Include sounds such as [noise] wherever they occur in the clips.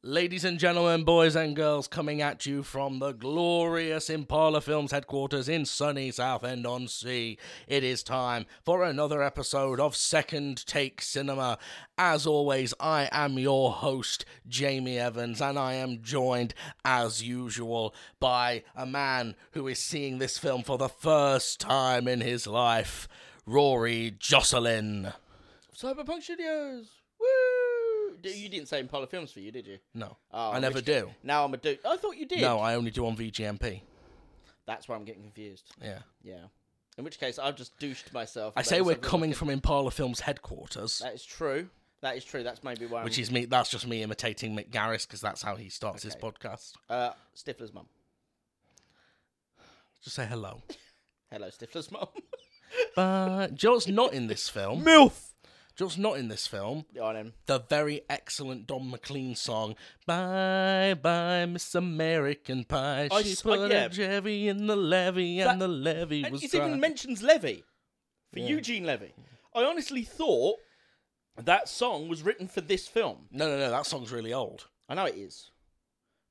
Ladies and gentlemen, boys and girls, coming at you from the glorious Impala Films headquarters in sunny Southend on Sea, it is time for another episode of Second Take Cinema. As always, I am your host, Jamie Evans, and I am joined, as usual, by a man who is seeing this film for the first time in his life, Rory Jocelyn. Cyberpunk Studios. Woo! D- You didn't say Impala Films for you, did you? No, Oh, I never which- do. Now I'm a dude. I thought you did. No, I only do on VGMP. That's why I'm getting confused. Yeah. Yeah. In which case, I've just douched myself. I about say we're something coming like from Impala Films headquarters, it. That is true. That is true. That's maybe why. I'm, which is me. That's just me imitating Mick Garris because that's how he starts his Okay. podcast. uh, Stifler's mum. Just say hello. [laughs] Hello, Stifler's mum. but Jill's not in this film. Milf. Jill's not in this film. Go on then. The very excellent Don McLean song "Bye Bye Miss American Pie." I she s- I- put yeah. a Chevy in the levy, and That- the levy And was it dry. even mentions Levy for Eugene Levy. I honestly thought that song was written for this film. no, no, no. That song's really old. I know it is,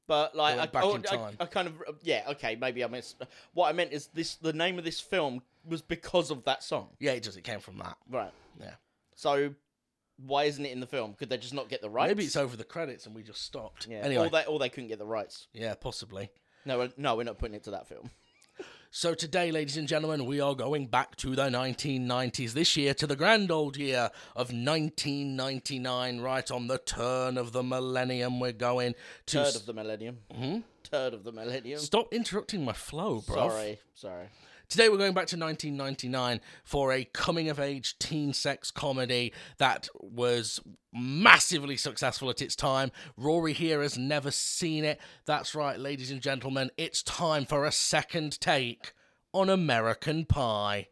but like I, Going back oh, in I- time. I, kind of yeah okay maybe I missed. What I meant is this: the name of this film was because of that song, Yeah, it does. It came from that. right? Yeah. So why isn't it in the film? Could they just not get the rights? Maybe it's over the credits and we just stopped. yeah. Anyway, Or they or they couldn't get the rights. yeah, possibly. No, we're- no, we're not putting it to that film. So today, ladies and gentlemen, we are going back to the 1990s this year to the grand old year of 1999, right on the turn of the millennium. We're going to Turd of the millennium. Hmm? Mm-hmm. Turd of the millennium. stop interrupting my flow, bro. Sorry, sorry. Today, we're going back to 1999 for a coming of age teen sex comedy that was massively successful at its time. Rory here has never seen it. That's right, ladies and gentlemen, it's time for a second take on American Pie.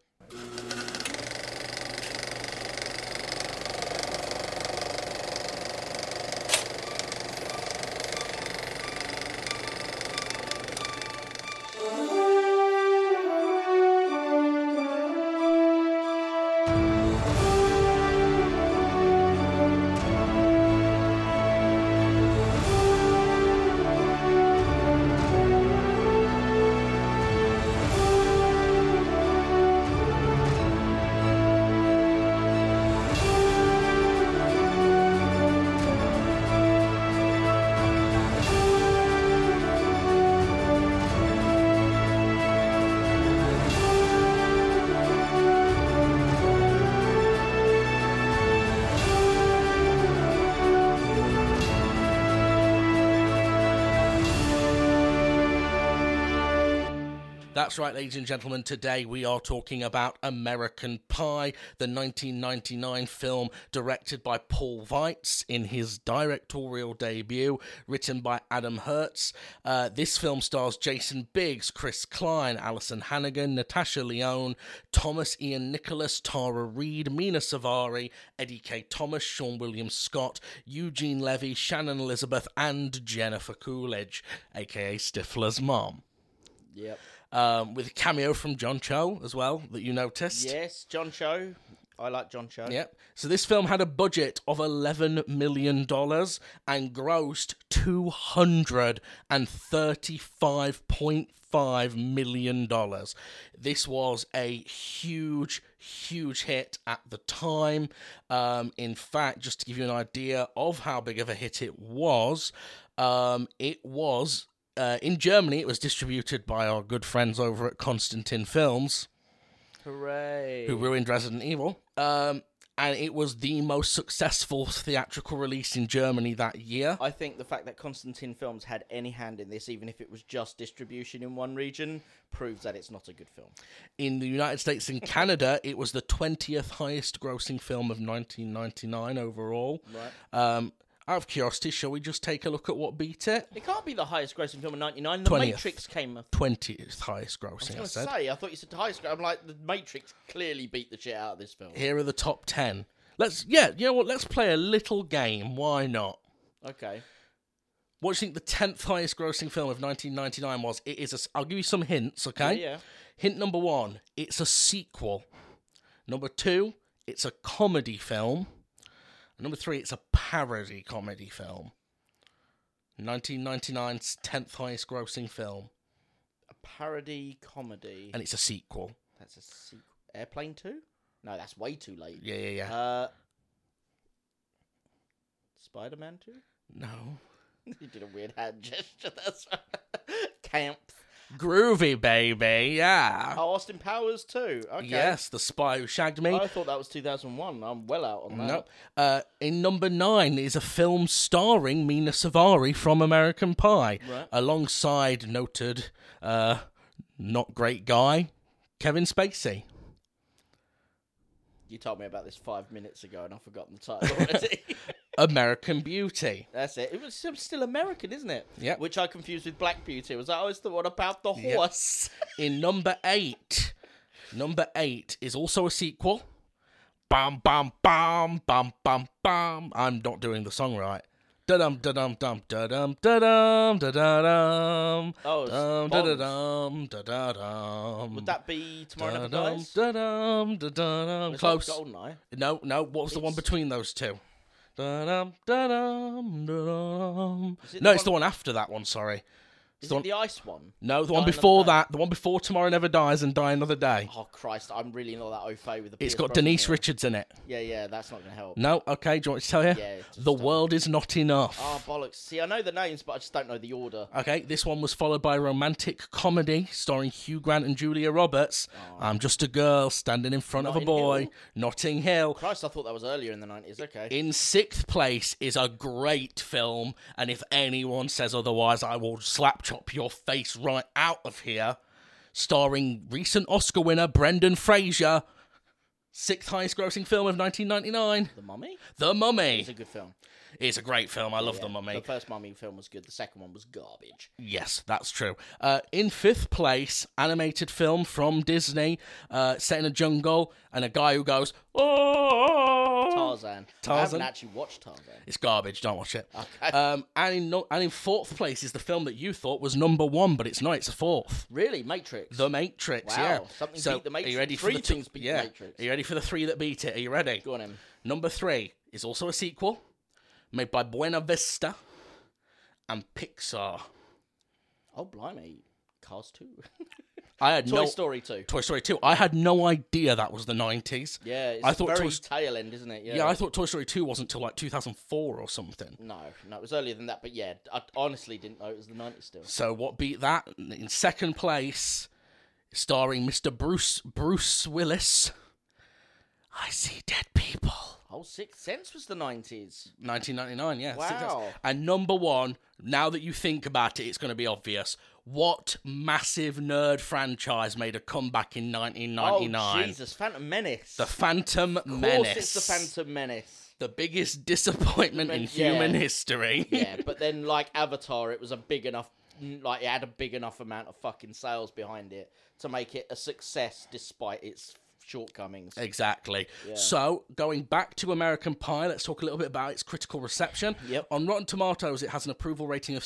That's right, ladies and gentlemen. Today we are talking about American Pie, the 1999 film directed by Paul Weitz in his directorial debut, written by Adam Hertz. Uh, this film stars Jason Biggs, Chris Klein, Alison Hannigan, Natasha Leone, Thomas Ian Nicholas, Tara Reid, Mina Savari, Eddie K. Thomas, Sean William Scott, Eugene Levy, Shannon Elizabeth, and Jennifer Coolidge, aka Stifler's mom Yep. um, with a cameo from John Cho as well that you noticed. Yes, John Cho. I like John Cho. Yep. So this film had a budget of eleven million dollars and grossed two hundred and thirty-five point five million dollars. This was a huge, huge hit at the time. Um, in fact, just to give you an idea of how big of a hit it was, um, it was uh, in Germany. It was distributed by our good friends over at Constantin Films Hooray. who ruined Resident Evil. Um, and it was the most successful theatrical release in Germany that year. I think the fact that Constantine Films had any hand in this, even if it was just distribution in one region, proves that it's not a good film. In the United States and Canada, it was the 20th highest grossing film of 1999 overall. Right. Um, out of curiosity, shall we just take a look at what beat it? It can't be the highest grossing film in '99. The 20th. Matrix came. I 20th highest grossing, I, was said. gonna say, I thought you said the highest. I'm like, the Matrix clearly beat the shit out of this film. Here are the top 10. Let's, yeah, you know what? Let's play a little game. Why not? Okay. What do you think the 10th highest grossing film of 1999 was? It is a s- I'll give you some hints, okay? Yeah. Hint number one, it's a sequel. Number two, it's a comedy film. And number three, it's a parody comedy film. 1999's 10th highest grossing film, A parody comedy. and it's a sequel. That's a sequel. Airplane 2? No, that's way too late. Yeah, yeah, yeah. Uh, Spider Man 2? no. [laughs] you did a weird hand gesture. That's right. [laughs] Camp. Uh, Groovy, baby, yeah. Oh, Austin Powers 2. Okay. Oh, Yes, The Spy Who Shagged Me. I thought that was 2001. I'm well out on that. No. Uh, in number nine is a film starring Mina Savari from American Pie, Right. alongside noted uh, not great guy Kevin Spacey. You told me about this five minutes ago and I've forgotten the title [laughs] already. American Beauty. That's it. It was still- still American, isn't it? Yep. Which I confused with Black Beauty. I was like, oh, it's the one about the horse. [laughs] In number eight, number eight is also a sequel. Bam, bam, bam, bam, bam, bam. I'm not doing the song right. Da dum da dum dum da dum da dum da da dum. Oh, it's dum da da Bond. dum da da dum. Would that be Tomorrow Never Da-dum, Dies? da-dum, da-dum. Was that Close. Goldeneye. No, no. What was the one It's- between those two? Da-dum, da-dum, da-dum. it No, the it's the one after that one. Sorry. Is Don't- it the ice one? No, the one Die Another before Day. that. The one before Tomorrow Never Dies and Die Another Day. Oh Christ, I'm really not that au fait with It's the. Pierce got Brosnan Denise here. Richards in it. Yeah, yeah, that's not gonna help. No, okay. Do you want me to tell you? Yeah, it's the just, um, world is not enough. Oh bollocks! See, I know the names, but I just don't know the order. Okay, this one was followed by a romantic comedy starring Hugh Grant and Julia Roberts. I'm just a girl standing in front of a Notting boy. Oh. Hill? Notting Hill. Christ, I thought that was earlier in the nineties. Okay. In sixth place is a great film, and if anyone says otherwise, I will slap chop your face right out of here. Starring recent Oscar winner Brendan Fraser, sixth highest grossing film of 1999, the Mummy. The It's a Mummy. good film. It's a great film. I love The Yeah, Mummy. The first Mummy film was good. The second one was garbage. Yes, that's true. Uh, in fifth place, animated film from Disney, uh, set in a jungle, and a guy who goes, "Oh, Tarzan. I Tarzan? haven't actually watched Tarzan. It's garbage. Don't watch it. Okay. Um, and in no- and in fourth place is the film that you thought was number one, but it's not. It's a fourth. Really, Matrix. The Matrix. Wow, Yeah. something so beat The Are Matrix. you ready Three for the t- things beat The yeah. Matrix. Are you ready for the three that beat it? Are you ready? Go on, him. Number three is also a sequel, made by Buena Vista and Pixar. Oh blimey, Cars Two, [laughs] I had Toy no Story Two. Toy Story Two. I had no idea that was the nineties. Yeah, it's I thought very Toy S- tail end, isn't it? Yeah. Yeah, I thought Toy Story Two wasn't till like two thousand four or something. No, no, it was earlier than that. But yeah, I honestly didn't know it was the nineties still. So what beat that? In second place, starring Mr. Bruce Bruce Willis. I see dead people. Oh, Sixth Sense was the nineties. 1999, yeah. six Wow. episodes. And number one, now that you think about it, it's going to be obvious. What massive nerd franchise made a comeback in Oh 1999? Jesus, Phantom Menace. The Phantom of Menace. course, it's the Phantom Menace. [laughs] The biggest disappointment in Yeah. human history. Yeah, but then like Avatar, it was a big enough, like it had a big enough amount of fucking sales behind it to make it a success despite its shortcomings. Exactly. So, going back to American Pie, let's talk a little bit about its critical reception. Yep. On Rotten Tomatoes, it has an approval rating of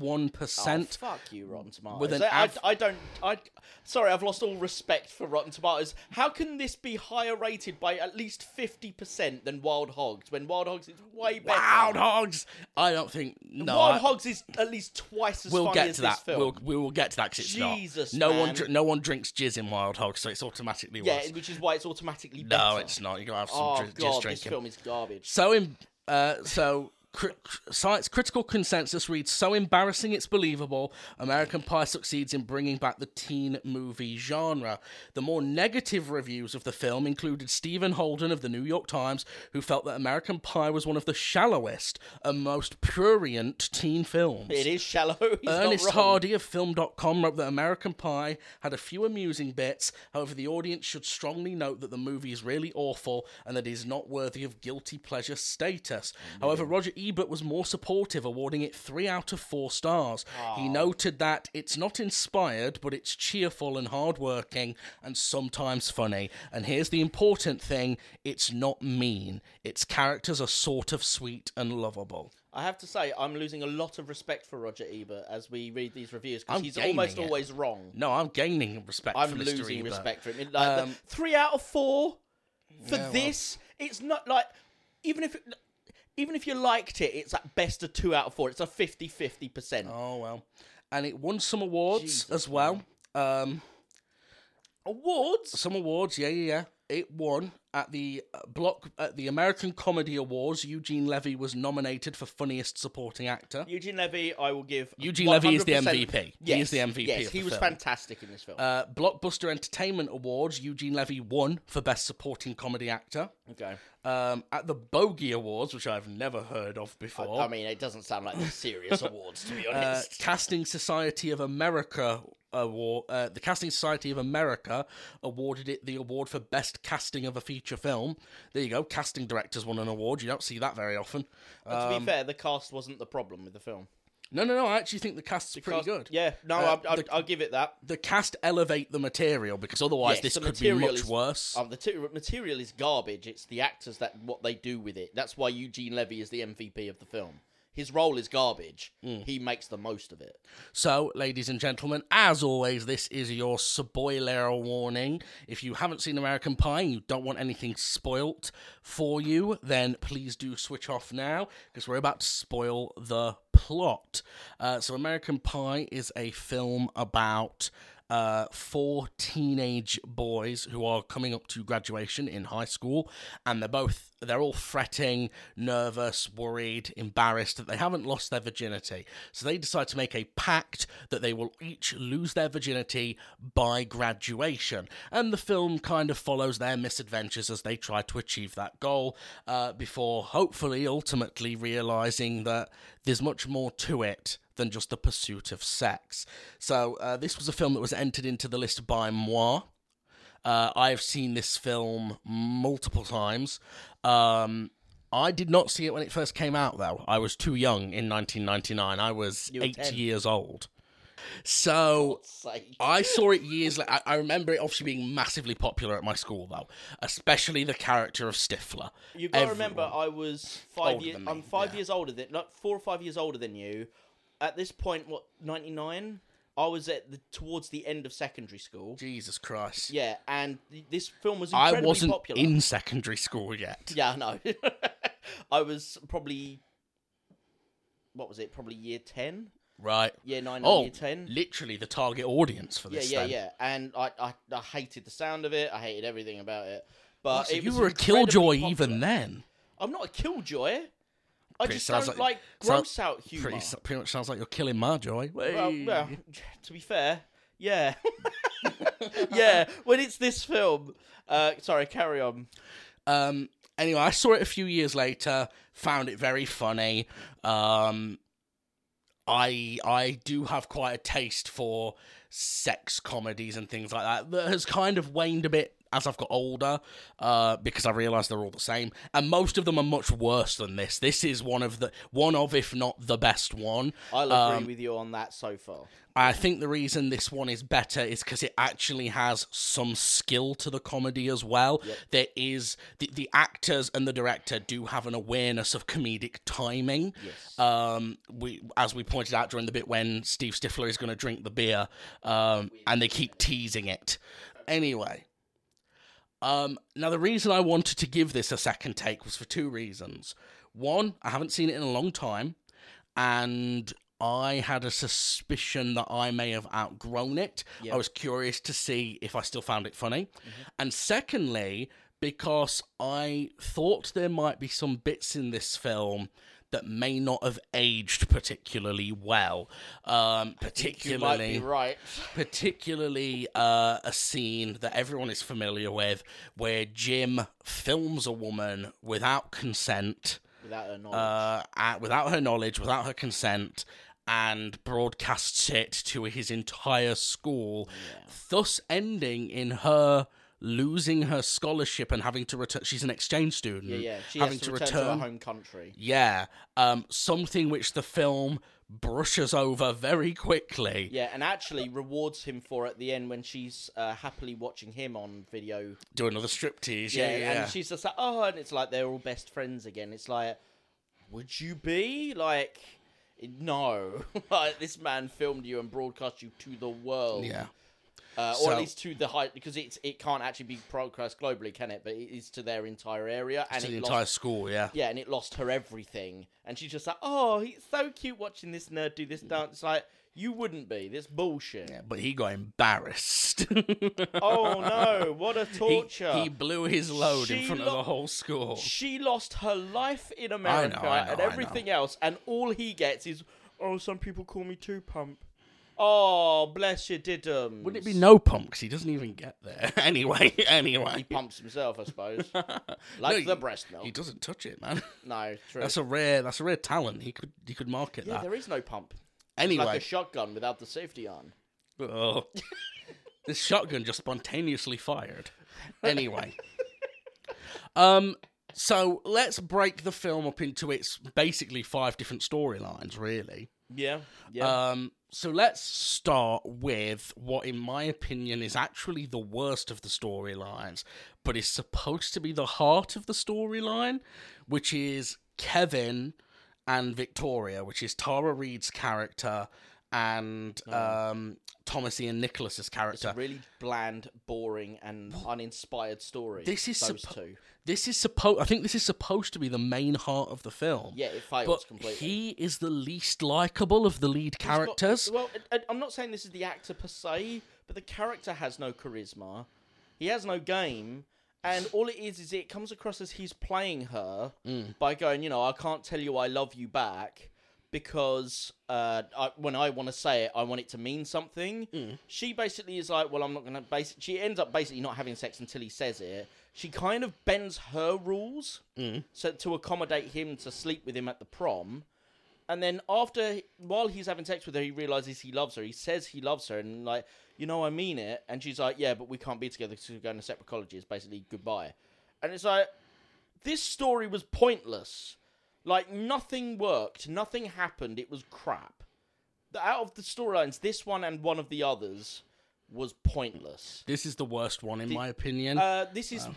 Oh, 61%. fuck you, Rotten Tomatoes. With an I, av- I, I don't. I sorry, I've lost all respect for Rotten Tomatoes. How can this be higher rated by at least fifty percent than Wild Hogs when Wild Hogs is way better? Wild Hogs! I don't think. No. Wild I- Hogs is at least twice as We'll funny get as to this that. film. We'll, we will get to that 'cause it's not. Jesus, No one, man. dr- no one drinks jizz in Wild Hogs, so it's automatically Yeah, worse. which is why it's automatically better. no, it's not. You gotta have some Oh dri- jizz god, this drinking. film is garbage. So in uh, so cri- science critical consensus reads so embarrassing it's believable. American Pie succeeds in bringing back the teen movie genre. The more negative reviews of the film included Stephen Holden of the New York Times, who felt that American Pie was one of the shallowest and most prurient teen films. It is shallow. [laughs] He's not Ernest wrong. Hardy of Film.com wrote that American Pie had a few amusing bits. However, the audience should strongly note that the movie is really awful and that it is not worthy of guilty pleasure status. Mm-hmm. However, Roger Ebert was more supportive, awarding it three out of four stars. He noted that it's not inspired, but it's cheerful and hardworking and sometimes funny. And here's the important thing it's not mean. Its characters are sort of sweet and lovable. I have to say, I'm losing a lot of respect for Roger Ebert as we read these reviews because I'm he's gaining almost it. always wrong. No, I'm gaining respect I'm for Mr. losing Ebert. respect for him. It- Like, the three out of four for Um, well. this. It's not like even if it, even if you liked it, it's at best a two out of four. It's a 50 50 percent. Oh well, and it won some awards Jesus, as well. Um, Awards? some awards, yeah, yeah, yeah. It won at the uh, block at the American Comedy Awards. Eugene Levy was nominated for funniest supporting actor. Eugene Levy, I will give. Eugene Levy is the 100%. MVP. He Yes, is the MVP Yes, of he the was film. fantastic in this film. Uh, Blockbuster Entertainment Awards, Eugene Levy won for best supporting comedy actor. okay. Um, at the Bogey Awards, which I've never heard of before, I mean, it doesn't sound like the [laughs] serious awards, to be uh, honest. Casting Society of America award. Uh, the Casting Society of America awarded it the award for best casting of a feature film. There you go. Casting directors won an award. You don't see that very often. Uh, to be fair, the cast wasn't the problem with the film. no, no, no. I actually think the cast's pretty Cast- good. Yeah, no, Uh, I, I, the- I'll give it that. The cast elevate the material because otherwise Yes, this the could be material much is- worse. Um, the t- material is garbage. It's the actors that what they do with it. That's why Eugene Levy is the MVP of the film. His role is garbage. Hmm. He makes the most of it. So, ladies and gentlemen, as always, this is your spoiler warning. If you haven't seen American Pie and you don't want anything spoilt for you, then please do switch off now because we're about to spoil the plot. Uh, so, American Pie is a film about uh, four teenage boys who are coming up to graduation in high school, and they're both they're all fretting, nervous, worried, embarrassed that they haven't lost their virginity. So they decide to make a pact that they will each lose their virginity by graduation, and the film kind of follows their misadventures as they try to achieve that goal uh, before hopefully ultimately realizing that there's much more to it than just the pursuit of sex. So uh, this was a film that was entered into the list by moi. Uh, I have seen this film multiple times. Um, I did not see it when it first came out, though. I was too young in 1999. I was You were eight 10. years old. So God's sake. I saw it years later. I remember it obviously being massively popular at my school, though, especially the character of Stifler. You gotta Everyone- remember, I was five Older years. than me, I'm five yeah. years older than, not four or five years older than you. At this point, what ninety nine? I was at the towards the end of secondary school. Jesus Christ. Yeah, and th- this film was I incredibly wasn't popular. in secondary school yet. Yeah, I know. [laughs] I was probably what was it? Probably year ten, Right. year nine, or Oh, year ten. literally the target audience for yeah, this. yeah, then. yeah. And I, I, I hated the sound of it. I hated everything about it. But So Uh, it you was were a incredibly killjoy popular. even then. I'm not a killjoy. I Pretty just sounds don't like- like, sounds gross out humor. Pretty, s- pretty much sounds like you're killing my joy. Well, Hey. well, [laughs] to be fair, yeah. [laughs] yeah, when it's this film. Uh, sorry, carry on. Um, anyway, I saw it a few years later. Found it very funny. Um, I I do have quite a taste for sex comedies and things like that that has kind of waned a bit as I've got older uh, because I realised they're all the same and most of them are much worse than this. This is one of the one of if not the best one. I'll Um, agree with you on that so far. I think the reason this one is better is because it actually has some skill to the comedy as well. There is the, the actors and the director do have an awareness of comedic timing. Yes. Um, we as we pointed out during the bit when Steve Stifler is going to drink the beer, um, and they keep teasing it. Anyway, um, now the reason I wanted to give this a second take was for two reasons. One, I haven't seen it in a long time, and I had a suspicion that I may have outgrown it. I was curious to see if I still found it funny. Mm-hmm. And secondly, because I thought there might be some bits in this film that may not have aged particularly well. Um, You particularly might be right. particularly uh, a scene that everyone is familiar with where Jim films a woman without consent, Without a knowledge. uh, at, without her knowledge, without her consent, and broadcasts it to his entire school, thus ending in her losing her scholarship and having to return. She's an exchange student. yeah, yeah. She having has to, return, to her home country. yeah, um, something which the film brushes over very quickly. Yeah, and actually rewards him for at the end when she's uh, happily watching him on video. Do another striptease. Yeah, yeah. yeah. and she's just like, oh, and it's like they're all best friends again. It's like, would you be like, [laughs] no, like this man filmed you and broadcast you to the world. Yeah. uh, or So- at least to the high because it's it can't actually be broadcast globally, can it? But it is to their entire area and to it the lost- entire school, yeah. yeah, and it lost her everything. And she's just like, oh, it's so cute watching this nerd do this Mm. dance. It's like you wouldn't be this bullshit. But he got embarrassed. [laughs] Oh no, what a torture! He, he blew his load in She front of lo- the whole school. She lost her life in America I know, and I know. everything else, and all he gets is, oh, some people call me Two Pump. Oh, bless your diddums. Wouldn't it be no pump? 'Cause he doesn't even get there. [laughs] [laughs] anyway, anyway. pumps himself, [laughs] I suppose, No, like he- the breast milk? He doesn't touch it, man. No, true. That's uh, a rare. That's a rare talent. He could. He could market yeah, that. there is no pump. Anyway, Like a shotgun without the safety on. [laughs] Oh. this shotgun just spontaneously fired. [laughs] Anyway. um so let's break the film up into its basically five different storylines really. Yeah, yeah. Um so let's start with what in my opinion is actually the worst of the storylines but is supposed to be the heart of the storyline which is Kevin and Victoria which is Tara Reid's character and um Thomas Ian Nicholas's Oh, it's a character. really bland, boring, and uninspired story. This is those suppo- two. This is supposed. I think this is supposed to be the main heart of the film. Yeah, it fails but completely. he is the least likable of the lead He's got- characters. well, I- I- I'm not saying this is the actor per se, but the character has no charisma. He has no game, and all it is is it comes across as he's playing her by going, you know, I can't tell you I love you back because uh, I, when I want to say it, I want it to mean something. She basically is like, well, I'm not gonna. Basi-. She ends up basically not having sex until he says it. She kind of bends her rules so to accommodate him to sleep with him at the prom. And then after, while he's having sex with her, he realizes he loves her. He says he loves her, and like, you know, I mean it. And she's like, yeah, but we can't be together because we're going to separate colleges. Basically, goodbye. And it's like, this story was pointless. Like nothing worked, nothing happened. It was crap. The- Out of the storylines, this one and one of the others was pointless. this is the worst one in my opinion. Uh, this is.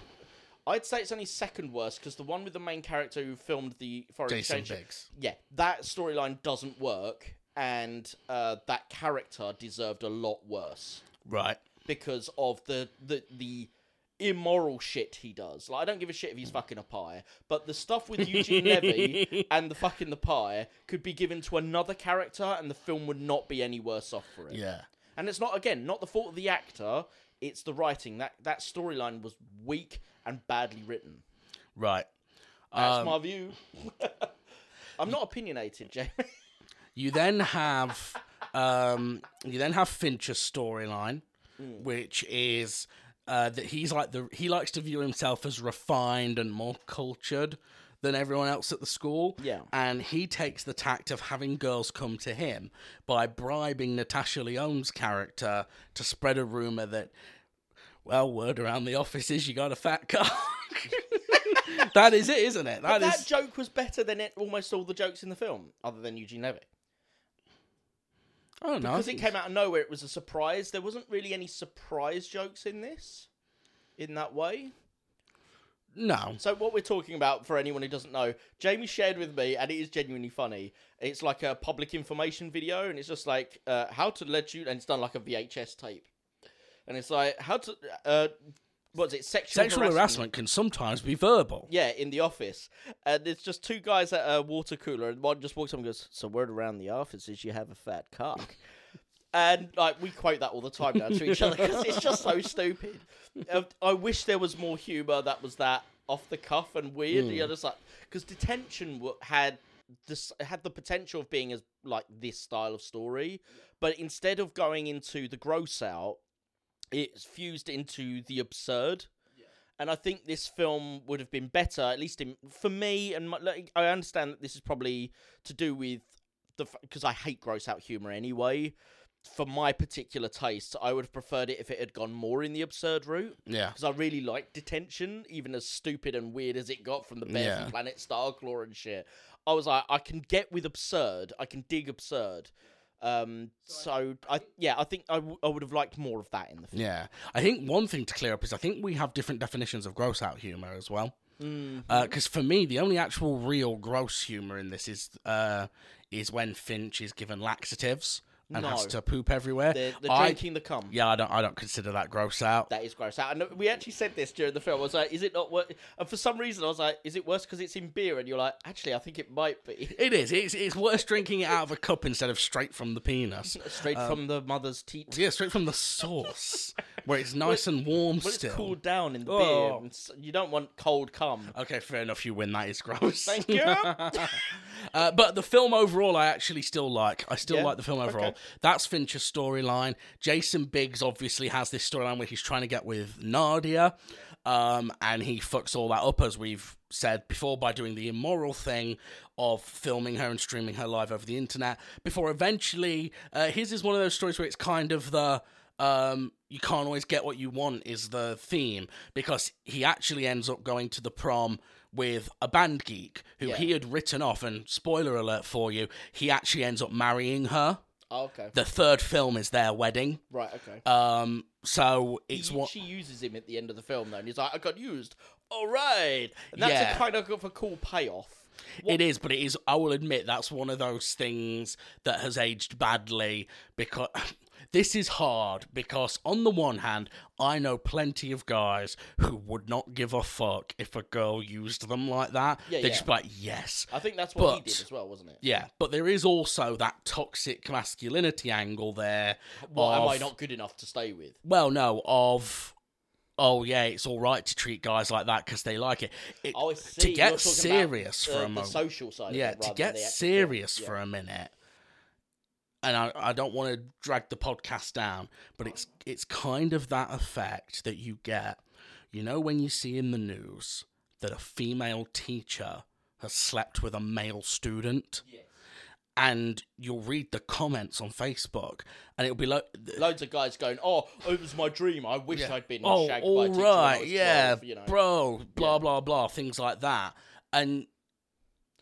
I'd say it's only second worst because the one with the main character who filmed the foreign Jason exchange. Biggs. Yeah, that storyline doesn't work, and uh, that character deserved a lot worse right. because of the the the immoral shit he does. Like I don't give a shit if he's fucking a pie, but the stuff with Eugene Levy and the fucking the pie could be given to another character, and the film would not be any worse off for it. Yeah. And it's not again not the fault of the actor. It's the writing that that storyline was weak and badly written. Right. That's my view. [laughs] I'm not opinionated, Jamie. You then have um, you then have Fincher's storyline, Mm. which is uh, that he's like the he likes to view himself as refined and more cultured than everyone else at the school. Yeah. and he takes the tact of having girls come to him by bribing Natasha Leone's character to spread a rumor that. Well, word around the office is you got a fat cock. [laughs] that is it, isn't it? That, That is joke was better than it, almost all the jokes in the film, other than Eugene Levy, oh no, because it came out of nowhere. It was a surprise. There wasn't really any surprise jokes in this, in that way. no. So what we're talking about, for anyone who doesn't know, Jamie shared with me, and it is genuinely funny. It's like a public information video, and it's just like uh, how to let you, and it's done like a VHS tape, and it's like how to, uh, what's it, sexual, Sexual harassment can sometimes be verbal. Yeah, in the office, and it's just two guys at a water cooler, and one just walks up and goes, "So word around the office is you have a fat cock." And like we quote that all the time now to each other because it's just so stupid. Uh, I wish there was more humor that was that off the cuff and weird. You're just like because detention w- had this had the potential of being as like this style of story, but instead of going into the gross out, it's fused into the absurd. And I think this film would have been better, at least in, for me. And my, like, I understand that this is probably to do with the because I hate gross out humor anyway. For my particular taste, I would have preferred it if it had gone more in the absurd route Yeah. because I really liked Detention, even as stupid and weird as it got from the Bear Yeah. from Planet Starclaw and shit. I was like, I can get with absurd. I can dig absurd. Um, so I yeah, I think I, w- I would have liked more of that in the film. Yeah. I think one thing to clear up is I think we have different definitions of gross out humor as well. Mm-hmm. Because for me, the only uh, actual real gross humor in this is uh, is when Finch is given laxatives and No. has to poop everywhere. They're, they're I, drinking the cum. yeah, I don't, I don't consider that gross out. That is gross. I know, we actually said this during the film. I was like, is it not worse? And for some reason, I was like, is it worse because it's in beer? And you're like, actually, I think it might be. [laughs] it is. It's, it's worse drinking it out of a cup instead of straight from the penis. [laughs] Straight Um, from the mother's teat. Yeah, straight from the source, where it's nice and warm Well, it's still. cooled down in the Oh. beer. and s- You don't want [laughs] cold cum. Okay, fair enough. You win. That is gross. [laughs] Thank you. Oh, Uh, but the film overall, I actually still like. I still Yeah? like the film overall. Okay. That's Fincher's storyline. Jason Biggs obviously has this storyline where he's trying to get with Nadia, um, and he fucks all that up, as we've said before, by doing the immoral thing of filming her and streaming her live over the internet. Before eventually, uh, his is one of those stories where it's kind of the um, you can't always get what you want is the theme because he actually ends up going to the prom with a band geek who he had written off and spoiler alert for you he actually ends up marrying her Oh, okay. the third film is their wedding Right, okay. um so it's He- what She uses him at the end of the film, though, and he's like, I got used. All right. And that's Yeah. a kind of a cool payoff. it is but it is i will admit that's one of those things that has aged badly because [laughs] this is hard because on the one hand i know plenty of guys who would not give a fuck if a girl used them like that Yeah, they're yeah. just be like yes I think that's what he But- did as well, wasn't it? yeah but there is also that toxic masculinity angle there What of- am I not good enough to stay with? well no of oh yeah it's all right to treat guys like that because they like it, It- Oh, I see. to get You're talking serious about, for uh, a the moment social side. yeah of it, rather to than get the actual film. serious Yeah. for a minute and I, I don't want to drag the podcast down but it's it's kind of that effect that you get you know when you see in the news that a female teacher has slept with a male student and you'll read the comments on facebook and it'll be like Loads of guys going, "Oh, it was my dream. I wish yeah. I'd been oh, shagged by all a teacher when I right, was yeah, 12, you know. bro, blah Yeah. blah blah, things like that, and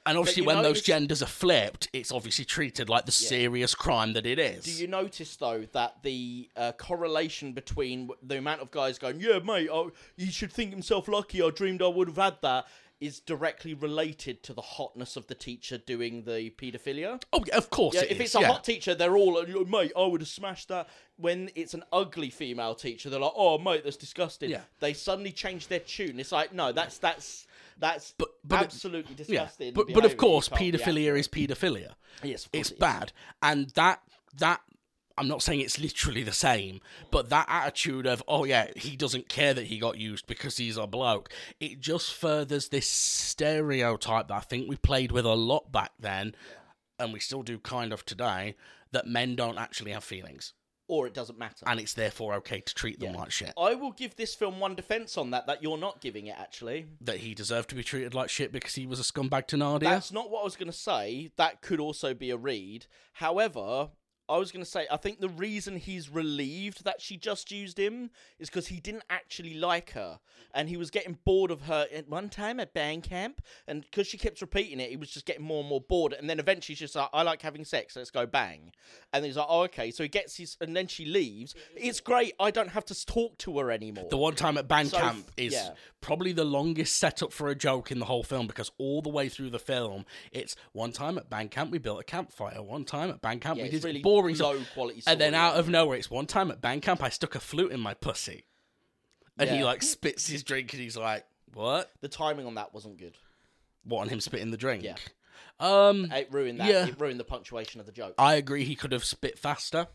and obviously you when those notice- genders are flipped, it's obviously treated like the serious crime that it is. Do you notice though that the uh, correlation between w- the amount of guys going, "Yeah, mate, oh, you should think himself lucky. I dreamed I would have had that," is directly related to the hotness of the teacher doing the paedophilia. oh, yeah, of course. Yeah, it if is, it's a yeah. hot teacher, they're all like, "Oh, mate. I would have smashed that. When it's an ugly female teacher, they're like, "Oh, mate, that's disgusting." Yeah. They suddenly change their tune. It's like, no, that's that's that's but it- absolutely yeah. disgusting. but but of behaviour. course, You can't be paedophilia is paedophilia. ac- Yes, of course It's it is. bad, and that that. I'm not saying it's literally the same, but that attitude of, oh yeah, he doesn't care that he got used because he's a bloke, it just furthers this stereotype that I think we played with a lot back then, and we still do kind of today, that men don't actually have feelings, Or it doesn't matter. and it's therefore okay to treat them like shit. I will give this film one defense on that that you're not giving it actually. That he deserved to be treated like shit because he was a scumbag to Nadia. That's not what I was going to say. That could also be a read. However, I was going to say I think the reason he's relieved that she just used him is because he didn't actually like her and he was getting bored of her at one time at band camp and because she kept repeating it he was just getting more and more bored and then eventually she's just like I like having sex let's go bang and he's like oh okay so he gets his and then she leaves it's great I don't have to s- talk to her anymore The one time at Bandcamp So, camp is yeah. probably the longest setup for a joke in the whole film because all the way through the film, it's one time at Bandcamp we built a campfire, one time at Bandcamp Yeah, we it's did really boring low stuff, quality and then story, out yeah. of nowhere it's one time at Bandcamp I stuck a flute in my pussy, and he Yeah. like spits his drink and he's like, "What? the timing on that wasn't good What on him spitting the drink?" Yeah. Um, It ruined that. Yeah. It ruined the punctuation of the joke. I agree he could have spit faster.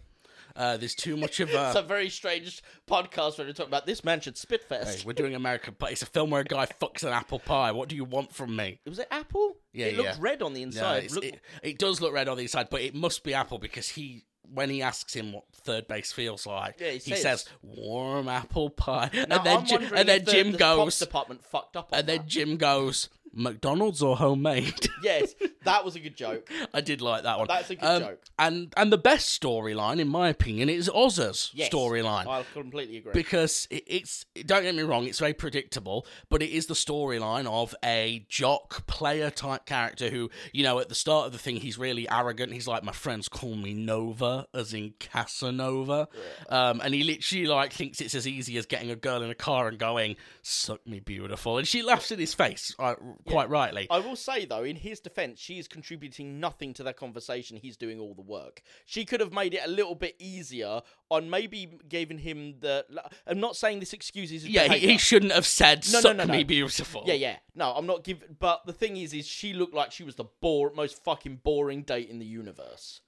Uh, there's too much [laughs] of a. it's a very strange podcast when we talk about this man should spit Hey, first. we're doing American, but it's a film where a guy fucks an apple pie. What do you want from me? was it apple? Yeah, it looked yeah. red on the No, inside. it's- Look- it, it does look red on the inside, but it must be apple because he, when he asks him what third base feels like, Yeah, he he, says- says, warm apple pie, Now, [laughs] and then I'm Ji- wondering and then if the- Jim the props goes, department fucked up on and then that. Jim goes, McDonald's or homemade. [laughs] yes, that was a good joke. I did like that one. Um, That's a good joke. And and the best storyline, in my opinion, is Oz's Yes, storyline I completely agree. because it, it's don't get me wrong it's very predictable but it is the storyline of a jock player type character who you know at the start of the thing he's really arrogant he's like my friends call me nova as in casanova um, and he literally like thinks it's as easy as getting a girl in a car and going suck me beautiful and she laughs in his face uh, quite rightly I will say though, in his defense, she is contributing nothing to that conversation. He's doing all the work. She could have made it a little bit easier on maybe giving him the. I'm not saying this excuses. his Yeah, he, behaviour. he shouldn't have said No, no, suck no, no. me beautiful. Yeah, yeah. No, I'm not giving. But the thing is, is she looked like she was the bore most fucking boring date in the universe.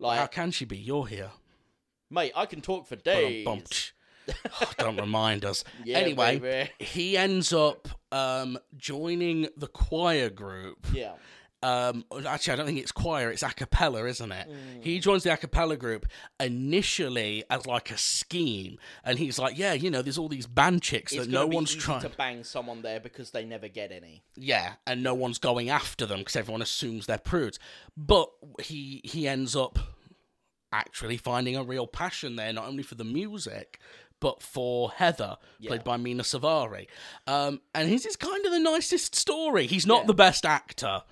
Like, How can she be? You're here. mate, I can talk for days. Bump. [laughs] Oh, Don't remind us. Yeah, anyway, baby. he ends up um, joining the choir group. Yeah, Um, actually, I don't think it's choir; it's a cappella, isn't it? Mm. He joins the a cappella group initially as like a scheme, and he's like, "Yeah, you know, there's all these band chicks it's that gonna no be one's easy trying to bang someone there because they never get any. yeah, and no one's going after them because everyone assumes they're prudes. But he he ends up actually finding a real passion there, not only for the music but for Heather, Yeah. played by Mina Savari. Um, and his is kind of the nicest story. He's not the best actor.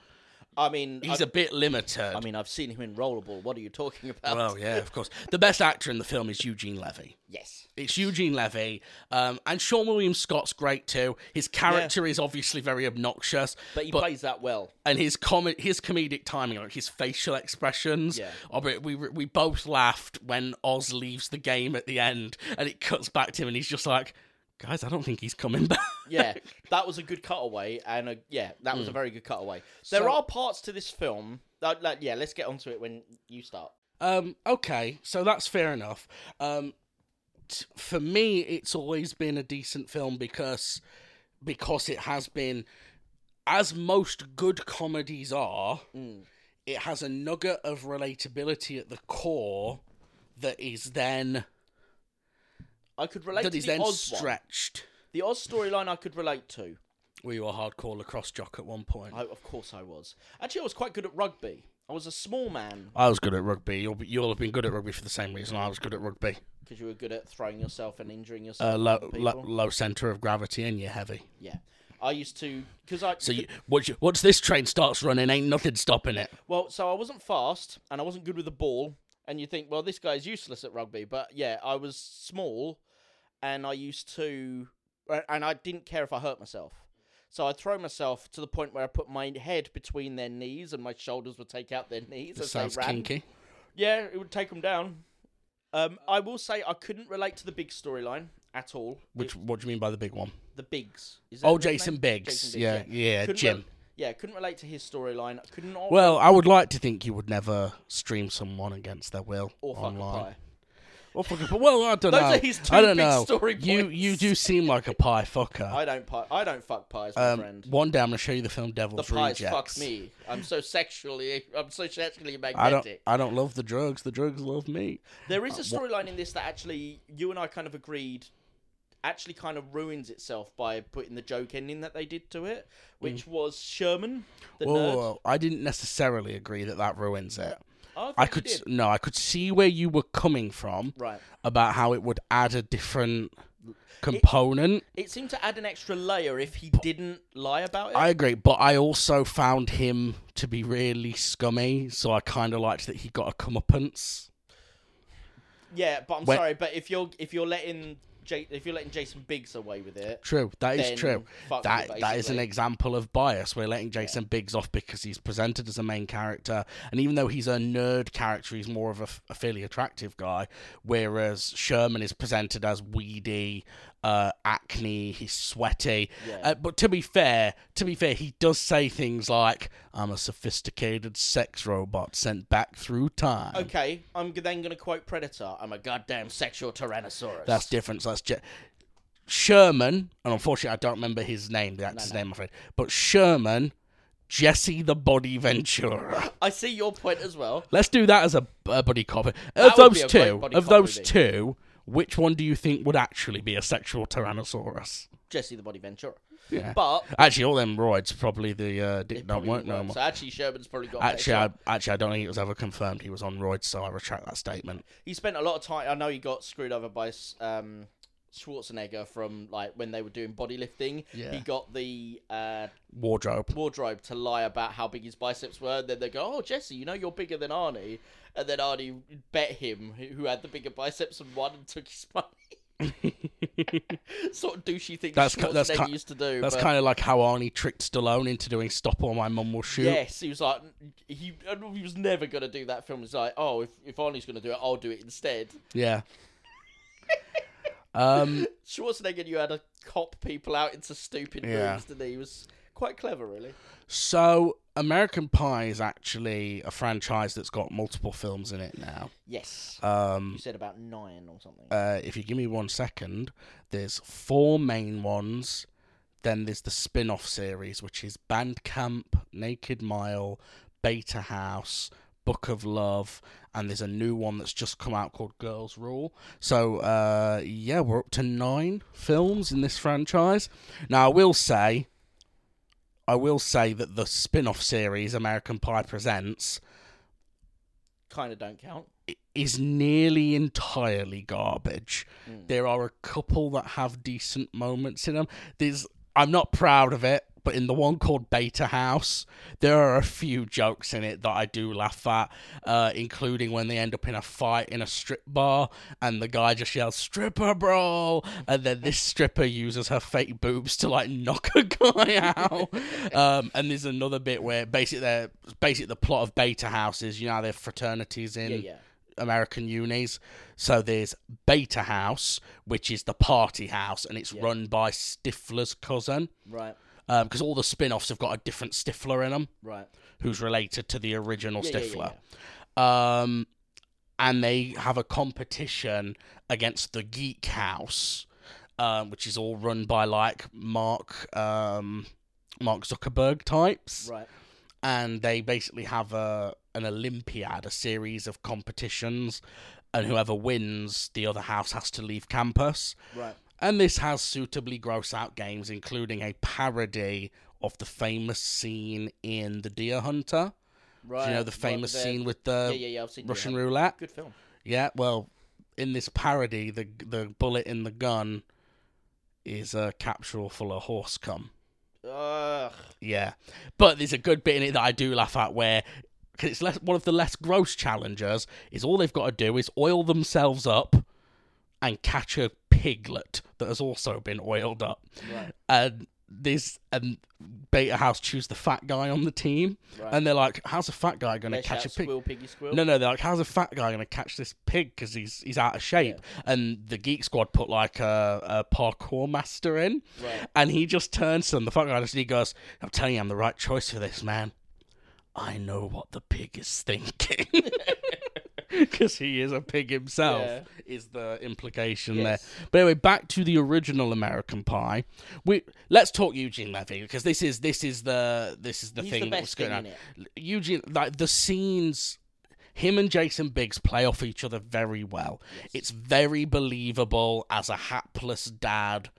I mean, I, He's a bit limited. I mean, I've seen him in Rollerball. What are you talking about? well, yeah, of course. The best actor in the film is Eugene Levy. yes. It's Eugene Levy, um, and Sean William Scott's great too. His character is obviously very obnoxious, But he plays that well. and his com- his comedic timing, like his facial expressions. Yeah. Oh, but we we both laughed when Oz leaves the game at the end, and it cuts back to him, and he's just like, "Guys, I don't think he's coming back." [laughs] yeah, that was a good cutaway, and a, yeah, that was a very good cutaway. There Hmm. So- are parts to this film. That, like, yeah, let's get onto it when you start. Um, okay, so that's fair enough. Um, t- for me, it's always been a decent film because because it has been, as most good comedies are, it has a nugget of relatability at the core that is then I could relate that to is the then Oz one. stretched. The Oz storyline I could relate to. Were you a hardcore lacrosse jock at one point? I, of course I was. Actually, I was quite good at rugby. I was a small man I was good at rugby. You'll be, you'll have been good at rugby for the same reason I was good at rugby. because you were good at throwing yourself and injuring yourself. Uh, low, and low people. low center of gravity, and you're heavy. yeah, I used to because I [laughs] So you, once, you, once this train starts running, ain't nothing stopping it. well, so I wasn't fast and I wasn't good with the ball. And you think, well, this guy's useless at rugby, but yeah, I was small and I used to and I didn't care if I hurt myself. So I throw myself to the point where I put my head between their knees and my shoulders would take out their knees as Sounds they ran. kinky. Yeah, it would take them down. Um, I will say I couldn't relate to the big storyline at all. Which what do you mean by the big one? The Bigs. Is that Oh, his name? Jason Biggs. Yeah, yeah, Couldn't Jim. rel- yeah, couldn't relate to his storyline. I Couldn't all Well, I would like to think you would never stream someone against their will or fuck a online. pie. Or fuck a pie. Well, I don't Those know. are his two I don't big know. story you points. you do seem like a pie [laughs] fucker. Um, I don't pie. I don't fuck pies, my friend. One day I'm going to show you the film The Devil's pies Rejects. fuck me. I'm so sexually. I'm so sexually I don't. magnetic. I don't love the drugs. The drugs love me. There is a Uh, storyline in this that actually you and I kind of agreed actually kind of ruins itself by putting the joke ending that they did to it, which was Sherman, the Mm. Whoa, whoa, nerd. whoa. I didn't necessarily agree that that ruins it. Oh, I think you could did. s- no. I could see where you were coming from. Right. about how it would add a different component. It seemed to add an extra layer if he didn't lie about it. I agree, but I also found him to be really scummy, so I kind of liked that he got a comeuppance. yeah, but I'm When- sorry, but if you're if you're letting J- if you're letting Jason Biggs away with it, True, that is Then true. fuck That you, that is an basically. example of bias. We're letting Jason Biggs off because he's presented as a main character, and even though he's a nerd character, he's more of a, f- a fairly attractive guy. Whereas Sherman is presented as weedy, uh, acne, he's sweaty. Yeah. Uh, but to be fair, to be fair, he does say things like, "I'm a sophisticated sex robot sent back through time." okay, I'm g- then gonna quote Predator. I'm a goddamn sexual tyrannosaurus. That's different. So that's Je- Sherman, and unfortunately, I don't remember his name, the actor's name, I'm afraid. But Sherman, Jesse the Body Ventura. [laughs] I see your point as well. Let's do that as a, a buddy cop. Of would be those a great two, buddy of cop those movie. two, which one do you think would actually be a sexual Tyrannosaurus? Jesse the Body Ventura. Yeah. But Actually, all them roids probably the uh, dick don't probably work wouldn't no work. more. So actually, Sherman's probably got. a better Actually, shot. I, actually, I don't think it was ever confirmed he was on roids, so I retract that statement. he spent a lot of time. I know he got screwed over by um, Schwarzenegger from like when they were doing body lifting. Yeah. He got the uh, Wardrobe. wardrobe to lie about how big his biceps were. Then they go, "Oh, Jesse, you know you're bigger than Arnie," and then Arnie bet him who- who had the bigger biceps and won and took his money. [laughs] sort of douchey thing That's that's, ki- that's Schwarzenegger ki- used to do. That's but kind of like how Arnie tricked Stallone into doing "Stop or My Mum Will Shoot." yes, he was like he he was never gonna do that film. He's like, oh, if if Arnie's gonna do it, I'll do it instead. Yeah. um. Schwarzenegger knew how to cop people out into stupid Yeah. moves, didn't he? He was quite clever, really. So American Pie is actually a franchise that's got multiple films in it now. Yes, Um. you said about nine or something. Uh, if you give me one second, there's four main ones. Then there's the spin-off series, which is Bandcamp, Naked Mile, Beta House, Book of Love, and there's a new one that's just come out called Girls Rule. So uh, yeah, we're up to nine films in this franchise. Now I will say, I will say that the spin-off series American Pie Presents kind of don't count. is nearly entirely garbage. There are a couple that have decent moments in them. There's I'm not proud of it, but in the one called Beta House, there are a few jokes in it that I do laugh at, uh, including when they end up in a fight in a strip bar and the guy just yells "stripper brawl," and then this stripper uses her fake boobs to like knock a guy [laughs] out. um, and there's another bit where basically, they're- basically the plot of Beta House is you know they're fraternities in Yeah, yeah. American unis. So there's Beta House, which is the party house, and it's run by Stifler's cousin. Right, Because all the spin offs have got a different Stifler in them right. who's related to the original Yeah, yeah, yeah, Stifler. Um, and they have a competition against the Geek House, um, which is all run by like Mark. Um, Mark Zuckerberg types, Right. and they basically have a an Olympiad, a series of competitions, and whoever wins, the other house has to leave campus. Right. And this has suitably gross out games, including a parody of the famous scene in The Deer Hunter. Right. Do you know the right, famous there. scene with the Yeah, yeah, yeah. I've seen Russian Russian. roulette? Good film. Yeah, well, in this parody, the the bullet in the gun is a capsule full of horse cum. Ugh. Yeah, but there's a good bit in it that I do laugh at where because it's less, one of the less gross challengers is all they've got to do is oil themselves up and catch a piglet that has also been oiled up. Right. And this and Beta House choose the fat guy on the team, Right. and they're like, "How's a fat guy going to Let's catch a shout pig?" Squeal, piggy squeal. No, no, they're like, how's a fat guy gonna catch this pig because he's he's out of shape? And the geek squad put like a, a parkour master in, Right. and he just turns to them. The fat guy just he goes, "I'm telling you, I'm the right choice for this man. I know what the pig is thinking." [laughs] Because he is a pig himself, is the implication Yes. there. But anyway, back to the original American Pie. We let's talk Eugene Levy because this is this is the this is the He's thing the that best was going thing on. in it. Eugene, like the scenes, him and Jason Biggs play off each other very well. It's very believable as a hapless dad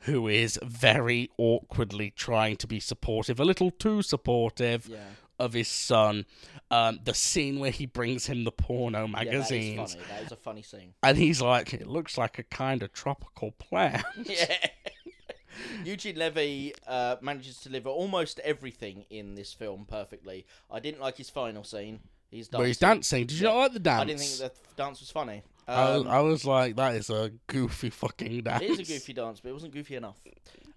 who is very awkwardly trying to be supportive, a little too supportive Yeah. of his son. Um, the scene where he brings him the porno Yeah, that is magazines funny. That is a funny scene. [laughs] and he's like, it looks like a kind of tropical [laughs] plant. [laughs] Yeah. Eugene Levy uh, manages to deliver almost everything in this film perfectly. I didn't like his final scene. He's dancing. Where he's dancing. Did you not like the dance? I didn't think the th- dance was funny. I was, Um, I was like, that is a goofy fucking dance. it is a goofy dance, but it wasn't goofy enough.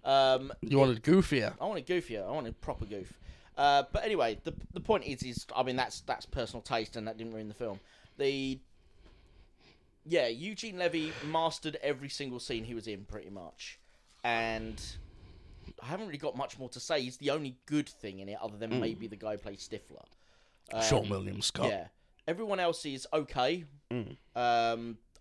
Um, You wanted goofier. I wanted goofier. I wanted proper goof. Uh, but anyway, the the point is, is I mean that's that's personal taste, and that didn't ruin the film. The yeah, Eugene Levy mastered every single scene he was in, pretty much, and I haven't really got much more to say. He's the only good thing in it, other than maybe the guy who plays Stifler. Sean William Scott. Um, Yeah, everyone else is okay. Um,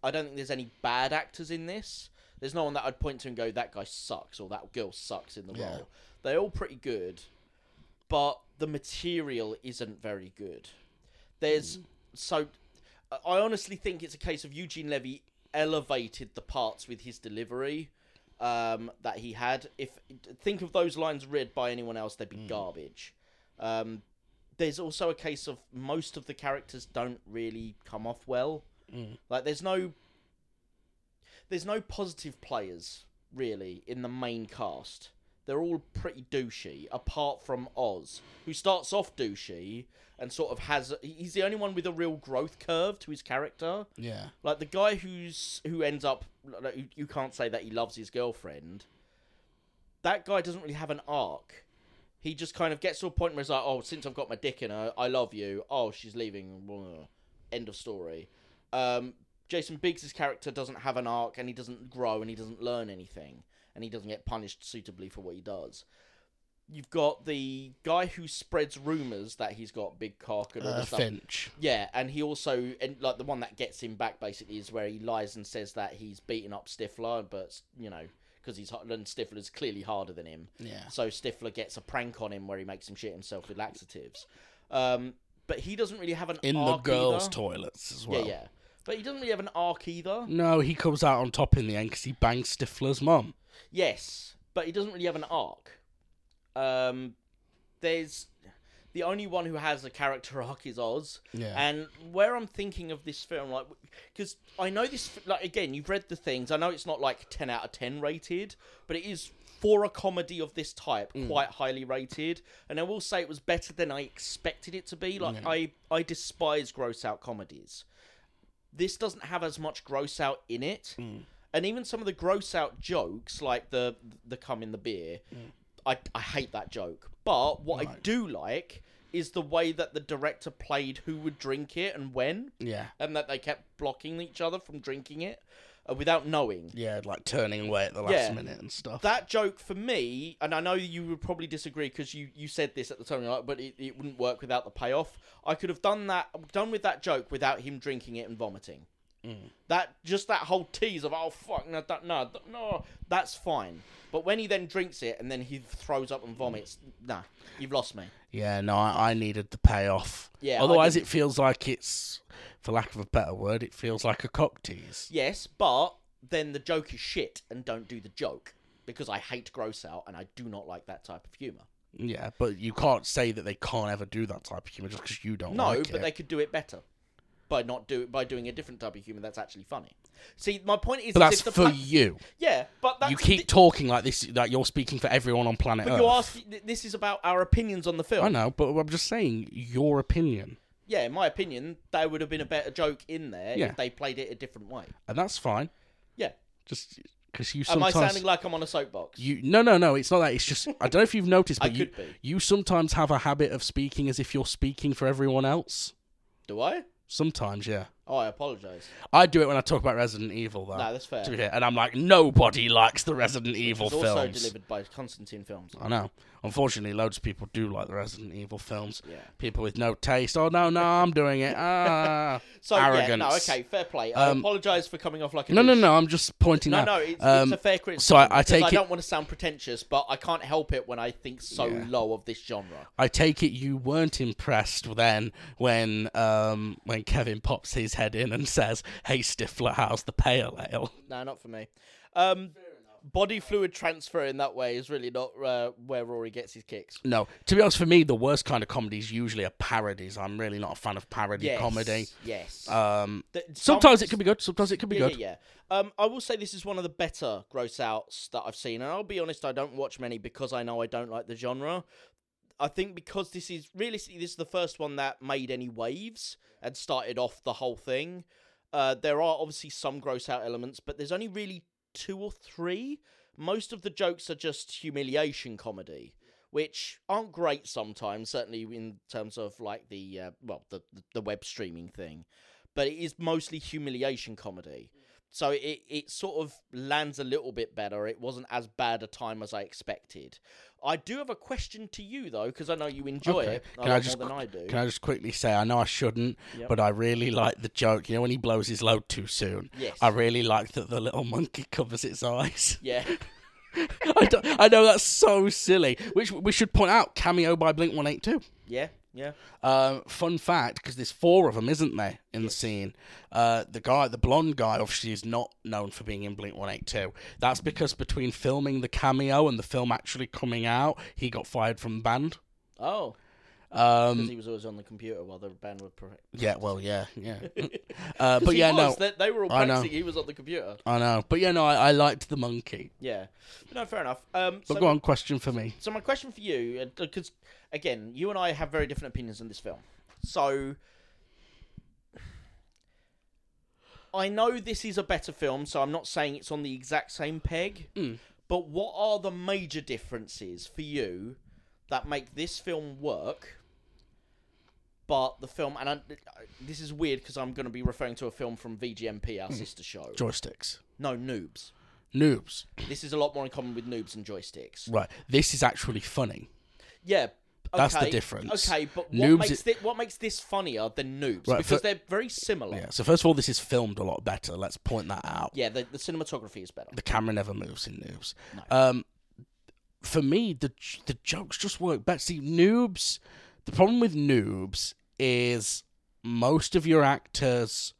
I don't think there's any bad actors in this. There's no one that I'd point to and go, "That guy sucks" or "That girl sucks" in the Yeah. role. They're all pretty good, but the material isn't very good. There's so I- I honestly think it's a case of Eugene Levy elevated the parts with his delivery um, that he had. If think of those lines read by anyone else, they'd be garbage. Um, there's also a case of most of the characters don't really come off well. Like there's no there's no positive players really in the main cast. they're all pretty douchey, apart from Oz, who starts off douchey and sort of has. He's the only one with a real growth curve to his character. Yeah. Like the guy who's who ends up, like, you, you can't say that he loves his girlfriend. That guy doesn't really have an arc. He just kind of gets to a point where he's like, "Oh, since I've got my dick in her, I love you." Oh, she's leaving. Blah. End of story. Um, Jason Biggs' character doesn't have an arc, and he doesn't grow, and he doesn't learn anything, and he doesn't get punished suitably for what he does. You've got the guy who spreads rumors that he's got big cock and all Uh, this stuff. Finch. Yeah, and he also and like the one that gets him back basically is where he lies and says that he's beaten up Stifler, but you know because he's hot- and Stifler's clearly harder [laughs] than him. Yeah. So Stifler gets a prank on him where he makes him shit himself with laxatives. Um, but he doesn't really have an In the arc girls' either. toilets as well. Yeah, yeah. But he doesn't really have an arc either. No, he comes out on top in the end because he bangs Stifler's mum. Yes, but he doesn't really have an arc. Um, there's the only one who has a character [laughs] arc is Oz. Yeah. And where I'm thinking of this film, like, because I know this, like, again, you've read the things. I know it's not like 10 out of 10 rated, but it is for a comedy of this type quite highly rated. And I will say it was better than I expected it to be. Like, I I despise gross out comedies. This doesn't have as much gross out in it. And even some of the gross out jokes, like the the cum in the beer, I, I hate that joke. But what I do like is the way that the director played who would drink it and when, Yeah. and that they kept blocking each other from drinking it uh, without knowing. Yeah, like turning away at the last Yeah. minute and stuff. That joke for me, and I know you would probably disagree because you, you said this at the time, you're like, but it, it wouldn't work without the payoff. I could have done that, done with that joke without him drinking it and vomiting. That just that whole tease of oh fuck no that, no th- no that's fine. But when he then drinks it and then he throws up and vomits, nah, you've lost me. yeah, no, I, I needed the payoff. Yeah, I Otherwise, it feels like it's, for lack of a better word, it feels like a cock tease. Yes, but then the joke is shit and don't do the joke because I hate gross out and I do not like that type of humor. Yeah, but you can't say that they can't ever do that type of humor just because you don't No, like but it. they could do it better by not do by doing a different type of humor that's actually funny. See, my point is, But is that's if the for pla- you. yeah, but that's You keep thi- talking like this, like you're speaking for everyone on planet Earth. you ask. This is about our opinions on the film. I know, but I'm just saying your opinion, Yeah, in my opinion, there would have been a better joke in there Yeah. if they played it a different way. and that's fine. Yeah. Just because you Am sometimes I sounding like I'm on a soapbox? you no no no, it's not that. It's [laughs] just I don't know if you've noticed, I but you could be. you sometimes have a habit of speaking as if you're speaking for everyone else. Do I? Sometimes, yeah. Oh, I apologize. I do it when I talk about Resident Evil, though. No, that's fair. to be fair, and I'm like, nobody likes the Resident Evil It's also films. delivered by Constantine Films. I know. Unfortunately, loads of people do like the Resident Evil films. Yeah. People with no taste. Oh no, no, I'm doing [laughs] it. Ah, So arrogance. Um, yeah, no, okay, fair play. I apologise for coming off like a No, no, douche. no. I'm just pointing no, out. no. It's, Um, it's a fair criticism. So I, I 'cause take I it. don't want to sound pretentious, but I can't help it when I think so Yeah. low of this genre. I take it you weren't impressed then when um when Kevin pops his head in and says, "Hey Stifler, how's the pale ale?" No, not for me. Um, body fluid transfer in that way is really not uh, where Rory gets his kicks. No, to be honest, for me, the worst kind of comedies usually are parodies. I'm really not a fan of parody Yes, comedy. Yes. Um, Th- some- sometimes it can be good. Sometimes it can be Yeah, good. yeah, yeah. Um, I will say this is one of the better gross outs that I've seen, and I'll be honest, I don't watch many because I know I don't like the genre. I think because this is realistically this is the first one that made any waves and started off the whole thing. Uh, there are obviously some gross out elements, but there's only really two or three. Most of the jokes are just humiliation comedy, which aren't great sometimes. Certainly in terms of like the uh, well the the web streaming thing, but it is mostly humiliation comedy. So it, it sort of lands a little bit better. It wasn't as bad a time as I expected. I do have a question to you though, because I know you enjoy Okay. it a Can I lot just more than I qu- do. Can I just quickly say I know I shouldn't, but I really like the joke. You know when he blows his load too soon. Yes. I really like that the little monkey [laughs] covers its eyes. Yeah, [laughs] I, don't- I know that's so silly. Which we should point out cameo by Blink One Eight Two. yeah, yeah. Uh, fun fact, because there's four of them, isn't there, in the scene? Uh, the guy, the blonde guy, obviously is not known for being in Blink 182. That's because between filming the cameo and the film actually coming out, he got fired from the band. Oh, Um, because he was always on the computer while the band were. Pre- yeah, well, yeah, yeah. uh, 'Cause but [laughs] he yeah, was. no, they, they were all I know. practicing. He was on the computer. I know. But yeah, no, I, I liked the monkey. Yeah, but no, fair enough. Um, But so, go on, question for me. so my question for you, because again, you and I have very different opinions on this film. So I know this is a better film, so I'm not saying it's on the exact same peg. But what are the major differences for you that make this film work? But the film, and I, this is weird because I'm going to be referring to a film from VGMP, our sister show. Joysticks. No, noobs. Noobs. This is a lot more in common with noobs and joysticks. Right. This is actually funny. Yeah. Okay. That's the difference. Okay, but what Noobs makes i- thi- what makes this funnier than noobs? Right, for- because they're very similar. Yeah. So first of all, this is filmed a lot better. Let's point that out. Yeah, the, the cinematography is better. The camera never moves in noobs. Um, for me, the j- the jokes just work better. See, noobs. The problem with noobs is most of your actors,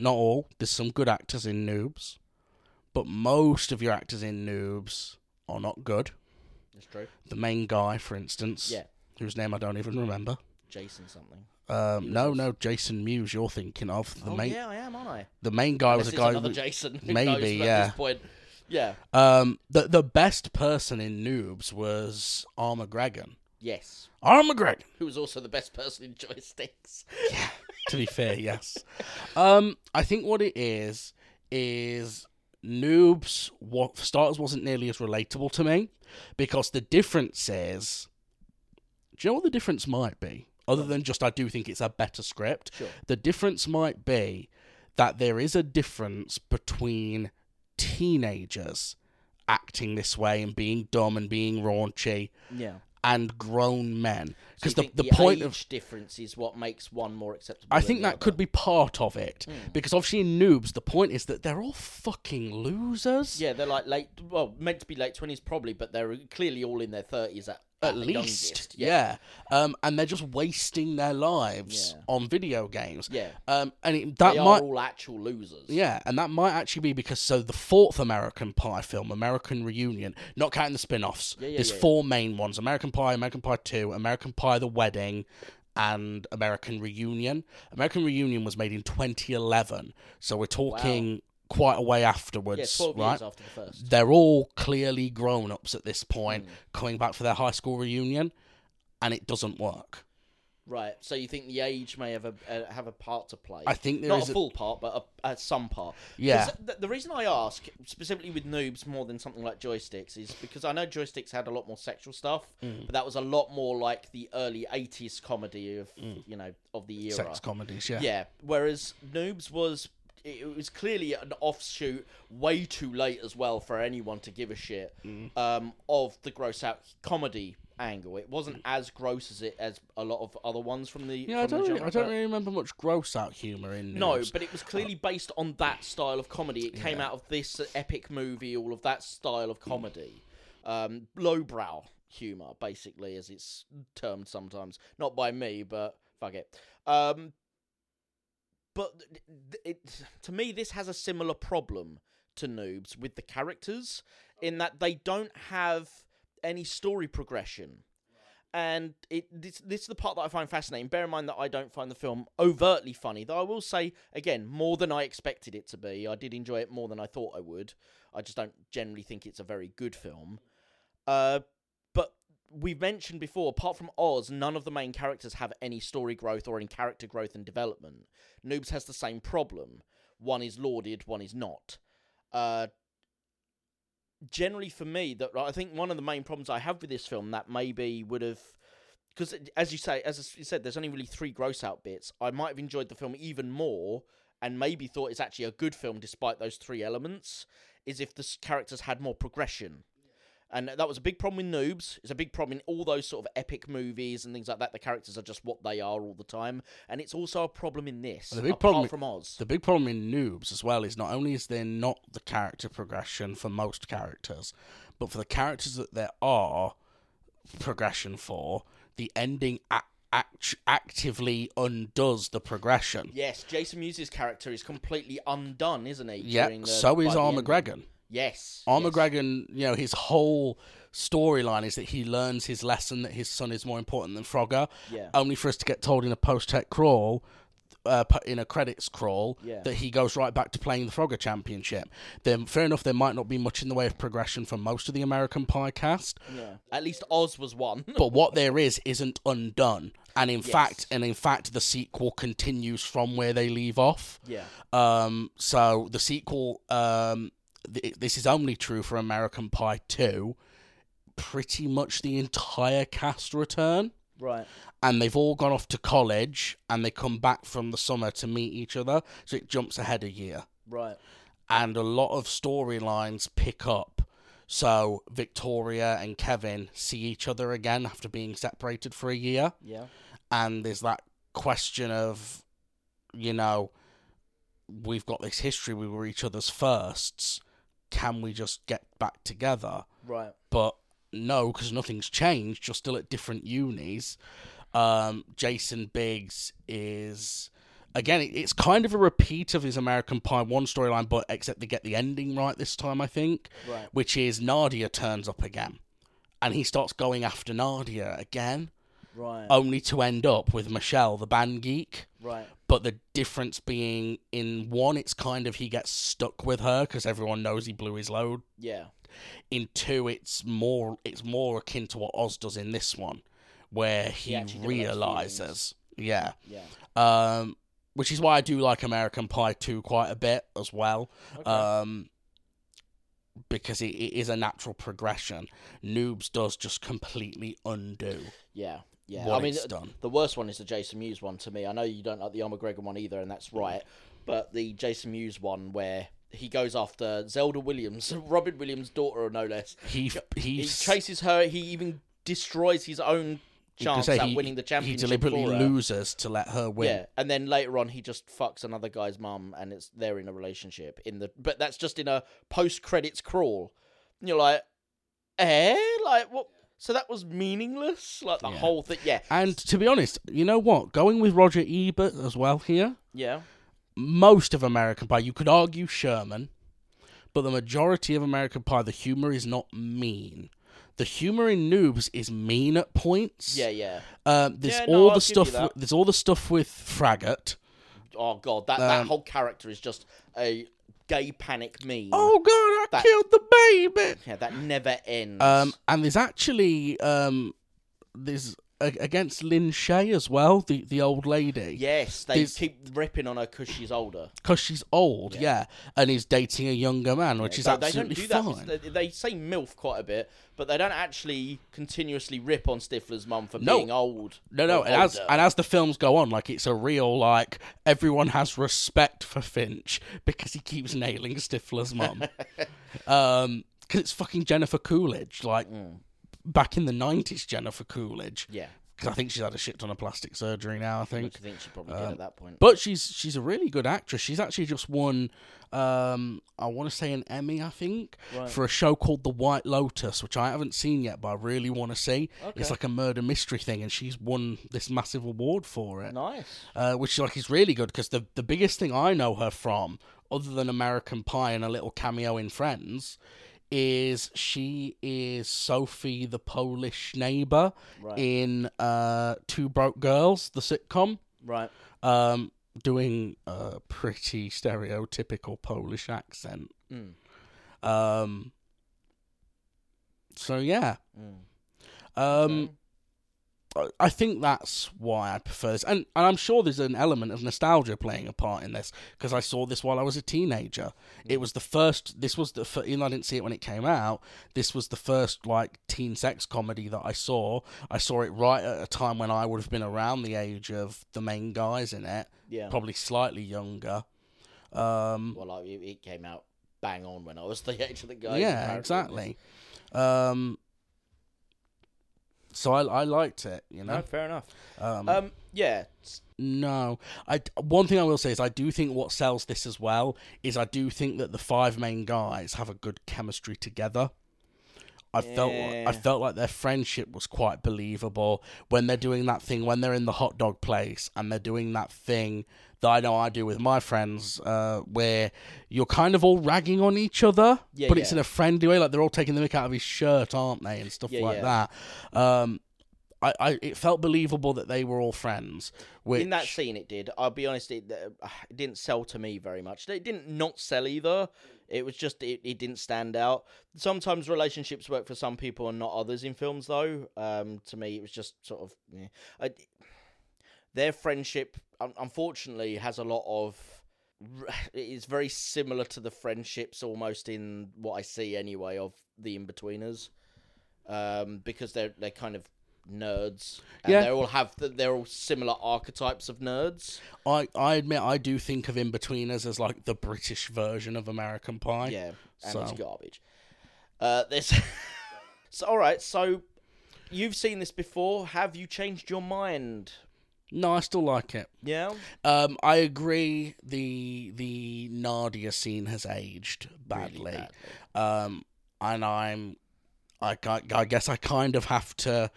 not all. There's some good actors in noobs, but most of your actors in noobs are not good. That's true. The main guy, for instance, Yeah. whose name I don't even remember. Jason something. Um, no, no, Jason Mewes. You're thinking of the Oh main. yeah, I am, aren't I? The main guy This was a is guy. another who- Jason. who maybe, knows at yeah. This point. Yeah. Um, the the best person in noobs was Armageddon. Yes. Armageddon. Who was also the best person in joysticks? to be fair, [laughs] yes. Um, I think what it is is noobs. What for starters wasn't nearly as relatable to me because the difference is. Do you know what the difference might be? Other than just I do think it's a better script. Sure. The difference might be that there is a difference between teenagers acting this way and being dumb and being raunchy Yeah. and grown men So you because the, think the, point age of difference is what makes one more acceptable. I than think the that could other. Hmm. be part of it because obviously in noobs the point is that they're all fucking losers. Yeah, they're like late. Well, meant to be late twenties probably, but they're clearly all in their thirties at, At the least, youngest. yeah, Um, and they're just wasting their lives Yeah. on video games. Yeah. um, and it, that They might, are all actual losers. yeah, and that might actually be because so the fourth American Pie film, American Reunion, not counting the spin-offs, yeah, there's yeah, yeah. four main ones: American Pie, American Pie Two, American Pie: The Wedding, and American Reunion. American Reunion was made in 2011, so we're talking quite a way afterwards, Yeah, 12 right? years after Hmm. the first. they're all clearly grown ups at this point, coming back for their high school reunion, and it doesn't work. Right. So you think the age may have a uh, have a part to play? I think there not is a a- full part, but a, uh, some part. 'Cause Yeah. The, the reason I ask specifically with noobs more than something like joysticks is because I know joysticks had a lot more sexual stuff, Mm. but that was a lot more like the early '80s comedy of you know of the era. Mm. Sex comedies, yeah. Yeah. Whereas Noobs was it was clearly an offshoot, way too late as well for anyone to give a shit Mm. um, of the gross out comedy angle. It wasn't as gross as it as a lot of other ones from the Yeah, I from the don't, really, genre, I don't but- really remember much gross out humour in no, Noobs. but it was clearly based on that style of comedy. It came out of this epic movie, all of that style of comedy, um, lowbrow humor, basically, as it's termed sometimes. Not by me, but fuck it. Um, but th- th- it, to me, this has a similar problem to noobs with the characters in that they don't have any story progression and it this, this is the part that I find fascinating. Bear in mind that I don't find the film overtly funny, though I will say again more than I expected it to be. I did enjoy it more than I thought I would. I just don't generally think it's a very good film. Uh, but we've mentioned before, apart from Oz, none of the main characters have any story growth or in character growth and development. Noobs has the same problem. One is lauded, one is not. Uh, generally for me that I think one of the main problems I have with this film that maybe would have because as you say as you said there's only really three gross out bits I might have enjoyed the film even more and maybe thought it's actually a good film despite those three elements is if the s- characters had more progression and that was a big problem with noobs it's a big problem in all those sort of epic movies and things like that the characters are just what they are all the time and it's also a problem in this The big apart problem- from Oz The big problem in noobs as well is not only is there not the character progression for most characters, but for the characters that there are progression for, the ending a- act- actively undoes the progression. Yes, Jason Mewes' character is completely undone, isn't he? Yeah, during the- so by is the R. end. McGregor. Yes. Armor yes. Dragon, you know, his whole storyline is that he learns his lesson that his son is more important than Frogger, Yeah. only for us to get told in a post-tech crawl, uh, pu- in a credits crawl, Yeah. that he goes right back to playing the Frogger Championship. Then, fair enough, there might not be much in the way of progression for most of the American Pie cast, yeah. At least Oz was one. [laughs] but what there is isn't undone. And in fact, and in fact, the sequel continues from where they leave off. yeah. Um, so the sequel, um, th- this is only true for American Pie 2. Pretty much the entire cast return, Right. and they've all gone off to college, and they come back from the summer to meet each other. So it jumps ahead a year, Right. and a lot of storylines pick up. So Victoria and Kevin see each other again after being separated for a year Yeah. and there's that question of you know we've got this history we were each other's firsts can we just get back together Right. but no because nothing's changed you're still at different unis um, jason biggs is again it- it's kind of a repeat of his american pie 1 storyline but except they get the ending right this time i think Right. which is nadia turns up again and he starts going after nadia again Right. only to end up with Michelle, the band geek. Right. But the difference being in one, it's kind of he gets stuck with her because everyone knows he blew his load. Yeah. In two, it's more it's more akin to what Oz does in this one, where he actually develops realizes, yeah, Yeah. um, which is why I do like American Pie two quite a bit as well, Okay. um, because it, it is a natural progression. Noobs does just completely undo yeah. Yeah. what I mean, uh, it's th- done. the worst one is the Jason Mewes one to me. I know you don't like the Armor Gregan one either, and that's right. But the Jason Mewes one where he goes after Zelda Williams, [laughs] Robin Williams' daughter, no less. He he, He s- chases her. He even destroys his own You could chance say at winning the championship. He deliberately for her. loses to let her win. Yeah, and then later on, he just fucks another guy's mum, and it's they're in a relationship. In the but that's just in a post credits crawl. And you're like, eh, like what? So that was meaningless. Like the Yeah. whole thing. Yeah, And to be honest, you know what? Going with Roger Ebert as well here, yeah, most of American Pie, you could argue Sherman, but the majority of American Pie, the humor is not mean. The humor in Noobs is mean at points. yeah, yeah. Um, there's Yeah, no, all the I'll give you stuff. that. There's all the stuff with Fraggot. Oh god, that that Um, whole character is just a gay panic meme. Oh God! I That- killed the baby. yeah, that never ends. Um, and there's actually um, there's a- against Lynn Shay as well, the the old lady. yes, they there's- keep ripping on her because she's older. because she's old, yeah. and he's dating a younger man, which is They- absolutely they don't do fine. that. They, they say MILF quite a bit, but they don't actually continuously rip on Stifler's mum for No. being old. No, no, or and as older. and as the films go on, like it's a real like everyone has respect for Finch because he keeps nailing Stifler's [laughs] mum. um, because it's fucking Jennifer Coolidge, like back in the nineties, Jennifer Coolidge. Mm. Yeah. because I think she's had a shit ton of plastic surgery now. I think. Which I think she probably Um, did at that point. But she's she's a really good actress. She's actually just won, um, I want to say an Emmy, I think, for a show called The White Lotus, which I haven't seen yet, but I really want to see. It's like a murder mystery thing, and she's won this massive award for it, nice. uh, which like is really good because the the biggest thing I know her from, other than American Pie and a little cameo in Friends. Is she is Sophie the Polish neighbor Right. in uh, Two Broke Girls, the sitcom? Right. um, doing a pretty stereotypical Polish accent. Mm. Um, so yeah, Mm. um, I- I think that's why I prefer this, and, and I'm sure there's an element of nostalgia playing a part in this because I saw this while I was a teenager. It was the first. This was the fir- even though I didn't see it when it came out. This was the first like teen sex comedy that I saw. I saw it right at a time when I would have been around the age of the main guys in it Yeah. probably slightly younger. Um, Well, like, it, it came out bang on when I was the [laughs] age of the guy. yeah, exactly. Um, so I, I liked it, you know. fair enough. Um, Um, yeah. s- no, I one thing I will say is I do think what sells this as well is I do think that the five main guys have a good chemistry together. I felt like, I Yeah. felt like their friendship was quite believable when they're doing that thing when they're in the hot dog place and they're doing that thing that I know I do with my friends uh, where you're kind of all ragging on each other Yeah, but it's yeah. in a friendly way like they're all taking the mick out of his shirt aren't they and stuff Yeah, like yeah. that um I, I it felt believable that they were all friends which in that scene it did i'll be honest it, uh, [sighs] it didn't sell to me very much it didn't not sell either it was just it, it didn't stand out sometimes relationships work for some people and not others in films though um to me it was just sort of yeah. I, their friendship un- unfortunately has a lot of it's very similar to the friendships almost in what i see anyway of the in-betweeners um because they're they're kind of nerds and Yeah. they all have the, they're all similar archetypes of nerds I, I admit I do think of In Betweeners as like the British version of American Pie. yeah and it's So- garbage uh there's [laughs] so all right so you've seen this before have you changed your mind No, I still like it. yeah Um, I agree. The the Nadia scene has aged badly, badly. Um, and I'm, I, ca- I guess I kind of have to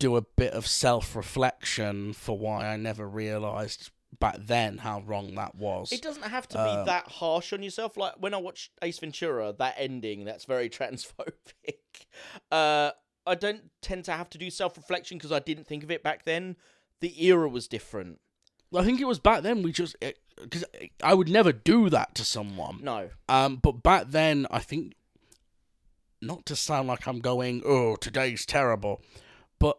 do a bit of self reflection for why I never realised back then how wrong that was. It doesn't have to be Um, that harsh on yourself. Like when I watch Ace Ventura, that ending, that's very [laughs] transphobic. Uh, I don't tend to have to do self reflection because I didn't think of it back then. The era was different. I think it was back then we just because I would never do that to someone. No. Um, but back then, I think, not to sound like I'm going, oh, today's terrible, but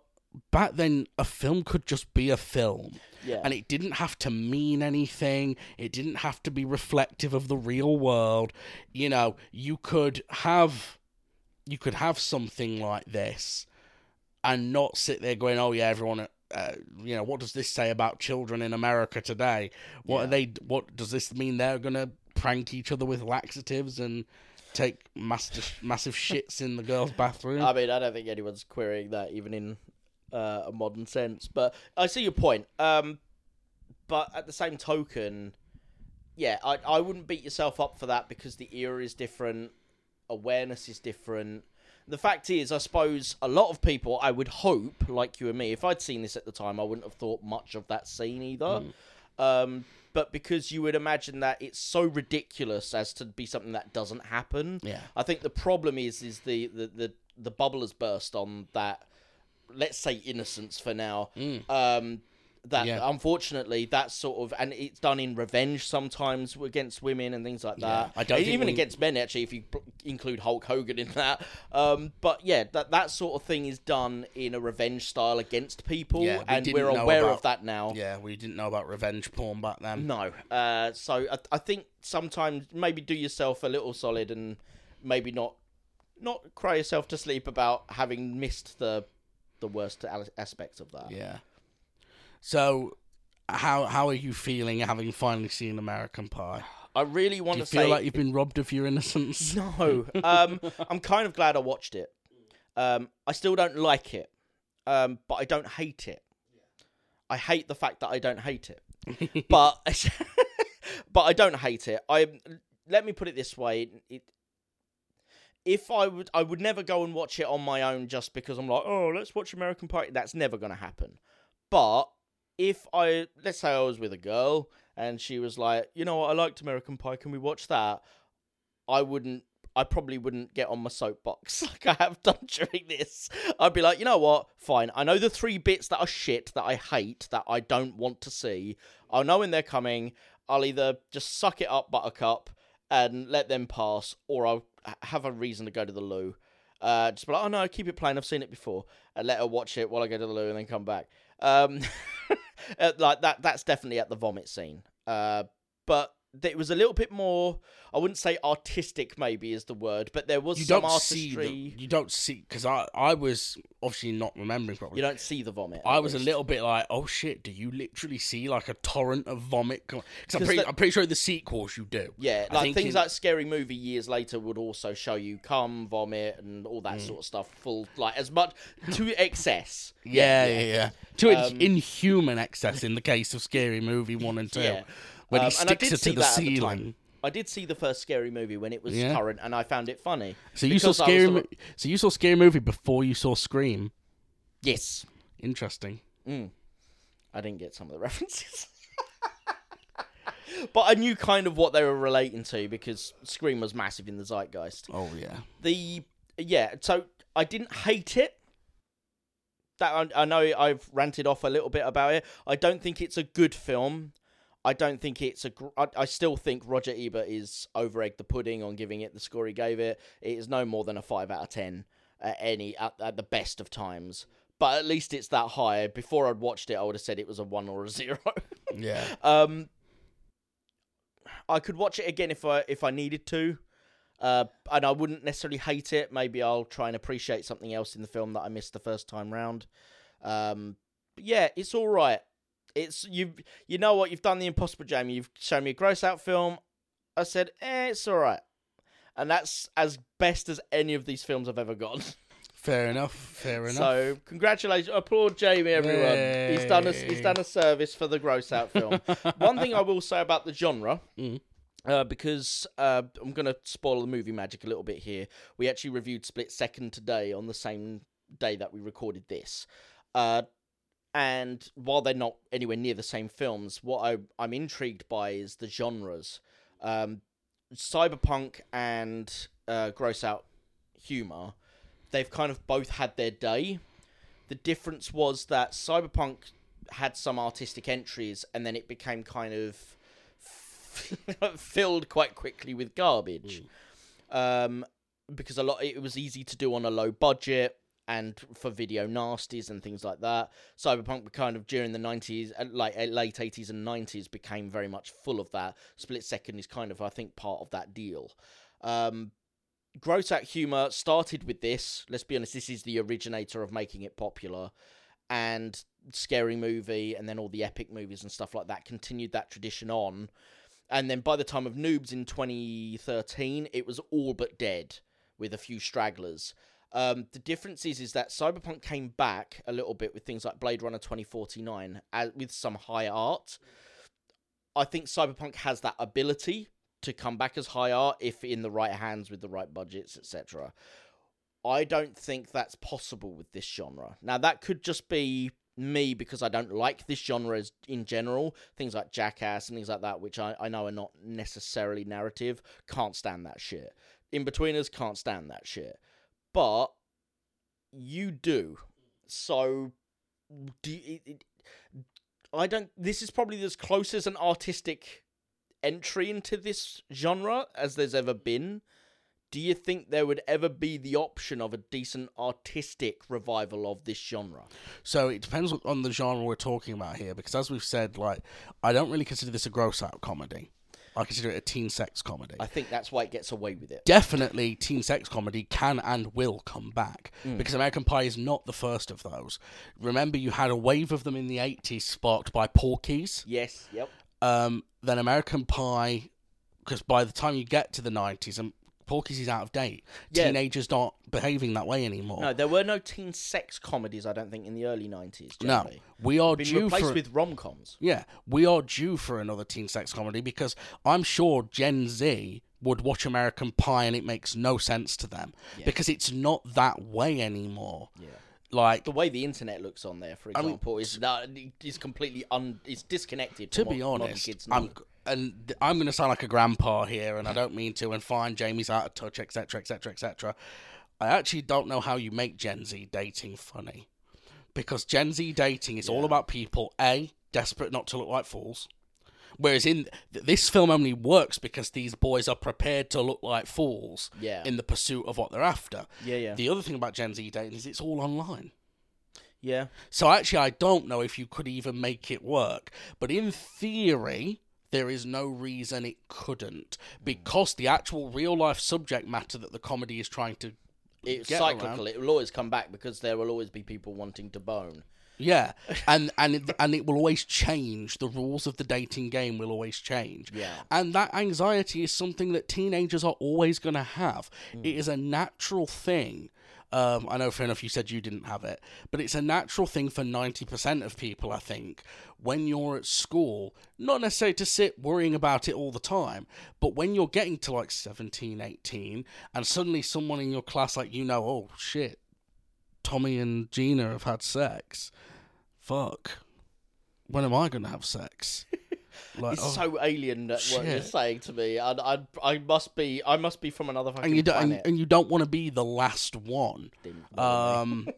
back then, a film could just be a film. Yeah. And it didn't have to mean anything. It didn't have to be reflective of the real world. You know, you could have, you could have something like this, and not sit there going, "Oh yeah, everyone." Uh, you know, what does this say about children in America today? What are Yeah. they? What does this mean? They're gonna prank each other with laxatives and take master, massive shits in the girls' bathroom. I mean, I don't think anyone's querying that even in uh, a modern sense. But I see your point. Um, but at the same token, yeah, I I wouldn't beat yourself up for that because the era is different, awareness is different. The fact is, I suppose a lot of people, I would hope, like you and me, if I'd seen this at the time, I wouldn't have thought much of that scene either. Um, but because you would imagine that it's so ridiculous as to be something that doesn't happen. Yeah. I think the problem is is the the the, the bubble has burst on that. Let's say innocence for now. Um, that Yeah. unfortunately that sort of and it's done in revenge sometimes against women and things like that. E, I don't think even we- against men actually if you pl- include Hulk Hogan in that. Um, but yeah, that that sort of thing is done in a revenge style against people, Yeah, we and didn't we're know aware about- of that now. yeah, we didn't know about revenge porn back then. No. Uh, so I, I think sometimes maybe do yourself a little solid and maybe not not cry yourself to sleep about having missed the the worst al- aspects of that. Yeah. So, how how are you feeling having finally seen American Pie? I really want Do you to feel say like you've been robbed of your [laughs] innocence? [laughs] no. Um, I'm kind of glad I watched it. Um, I still don't like it, um, but I don't hate it. I hate the fact that I don't hate it, but [laughs] but I don't hate it. I let me put it this way: it, if I would, I would never go and watch it on my own just because I'm like, oh, let's watch American Pie. That's never going to happen. But if I, let's say I was with a girl and she was like, you know what, I liked American Pie. Can we watch that? I wouldn't. I probably wouldn't get on my soapbox [laughs] like I have done during this. I'd be like, you know what? Fine. I know the three bits that are shit that I hate that I don't want to see. I know when they're coming. I'll either just suck it up, Buttercup, and let them pass, or I'll h- have a reason to go to the loo. Uh, just be like, oh no, keep it playing. I've seen it before, and let her watch it while I go to the loo and then come back. Um, [laughs] uh, like that. That's definitely at the vomit scene. Uh, but th- it was a little bit more. I wouldn't say artistic, maybe is the word, but there was you some don't artistry. see. The, you don't see because I I was obviously not remembering properly. You don't see the vomit. I at was a least. little bit like, oh shit, do you literally see like a torrent of vomit? Because I'm, 'Cause pretty that- I'm pretty sure in the sequels you do. Yeah, I like think things in- like Scary Movie years later would also show you cum, vomit, and all Mm. that sort of stuff. Full like as much [laughs] to excess. Yeah, yeah, yeah. To an Um, inhuman excess in the case of Scary Movie 1 and 2. [laughs] Yeah. When Um, he and I sticks did it see to the that at the time. ceiling. I did see the first scary movie when it was Yeah. current, and I found it funny. So you saw Because I was scary. the Mo- one- so you saw scary movie before you saw Scream. Yes, Interesting. I didn't get some of the [laughs] references. But I knew kind of what they were relating to because Scream was massive in the zeitgeist. Oh yeah. the yeah so i didn't hate it that I, I know i've ranted off a little bit about it i don't think it's a good film i don't think it's a gr- I, I still think roger ebert is over egged the pudding on giving it the score he gave it it is no more than a 5 out of 10 at any at, at the best of times but at least it's that high before i'd watched it i would have said it was a 1 or a [laughs] 0 Yeah. um, I could watch it again if I if I needed to, uh, and I wouldn't necessarily hate it. Maybe I'll try and appreciate something else in the film that I missed the first time round. Um, but yeah, it's all right. It's you. You know what? You've done the impossible, Jamie. You've shown me a gross out film. I said, eh, it's all right, and that's as best as any of these films I've ever gotten. [laughs] Fair enough. Fair enough. [laughs] So congratulations, applaud Jamie, everyone. He's done us. He's Yay. done a service for the gross [laughs] out film. One thing I will say about the genre. Mm. Uh, because uh, I'm gonna spoil the movie magic a little bit here. We actually reviewed Split Second today on the same day that we recorded this, uh, and while they're not anywhere near the same films, what I, I'm intrigued by is the genres. Um, cyberpunk and uh, gross out humor, they've kind of both had their day. The difference was that cyberpunk had some artistic entries, and then it became kind of [laughs] filled quite quickly with garbage. Um, because a lot it was easy to do on a low budget and for video nasties and things like that. Cyberpunk kind of during the 90s uh, like uh, late 80s and 90s became very much full of that. Split Second is kind of I think part of that deal. Um gross out humor started with this. Let's be honest, this is the originator of making it popular and scary movie and then all the epic movies and stuff like that continued that tradition on. And then by the time of Noobs in 2013, it was all but dead with a few stragglers. Um, the difference is, is that Cyberpunk came back a little bit with things like Blade Runner 2049 as, with some high art. I think Cyberpunk has that ability to come back as high art if in the right hands with the right budgets, etc. I don't think that's possible with this genre. Now, that could just be me because I don't like this genre as, in general. Things like Jackass and things like that, which I, I know are not necessarily narrative, can't stand that shit. In Betweeners can't stand that shit. But you do. So, do you, it, it- I don't. This is probably as close as an artistic entry into this genre as there's ever been. Do you think there would ever be the option of a decent artistic revival of this genre? So it depends on the genre we're talking about here, because as we've said, like I don't really consider this a gross out comedy. I consider it a teen sex comedy. I think that's why it gets away with it. Definitely, teen sex comedy can and will come back Mm. because American Pie is not the first of those. Remember, you had a wave of them in the '80s, sparked by Porky's. Yes, yep. Um, then American Pie, because by the time you get to the '90s, and Porky's is out of date. Yeah. Teenagers aren't behaving that way anymore. No, there were no teen sex comedies, I don't think, in the early 90s. No. Generally. we are Been due replaced for with rom coms. Yeah, we are due for another teen sex comedy because I'm sure Gen Z would watch American Pie and it makes no sense to them because it's not that way anymore. Yeah. Like The way the internet looks on there, for example, is that is completely un is disconnected. to from be what modern honest, kids know. I'm and th- I'm going to sound like a grandpa here and I don't mean to and fine Jamie's out of touch etc etc etc. I actually don't know how you make Gen Z dating funny because Gen Z dating is all about people a desperate not to look like fools. Whereas in th- this film only works because these boys are prepared to look like fools Yeah. in the pursuit of what they're after. Yeah, yeah. The other thing about Gen Z dating is it's all online. yeah. So actually, I don't know if you could even make it work. But in theory, there is no reason it couldn't Hmm. because the actual real life subject matter that the comedy is trying to It's get cyclical. around- It will always come back because there will always be people wanting to bone. [laughs] Yeah, and and it, and it will always change. The rules of the dating game will always change. Yeah. and that anxiety is something that teenagers are always going to have. Hmm. It is a natural thing. Um, I know, fair enough, you said you didn't have it, but it's a natural thing for ninety percent of people. I think when you're at school, not necessarily to sit worrying about it all the time, but when you're getting to like 17, 18, and suddenly someone in your class, like you know, oh shit, Tommy and Gina have had sex. Fuck. When am I going to have [laughs] sex? Like, It's oh. so alien that what you're shit. saying to me. I, I, I must be I must be from another fucking and you don't and, planet. and you don't want to be the last one. Um,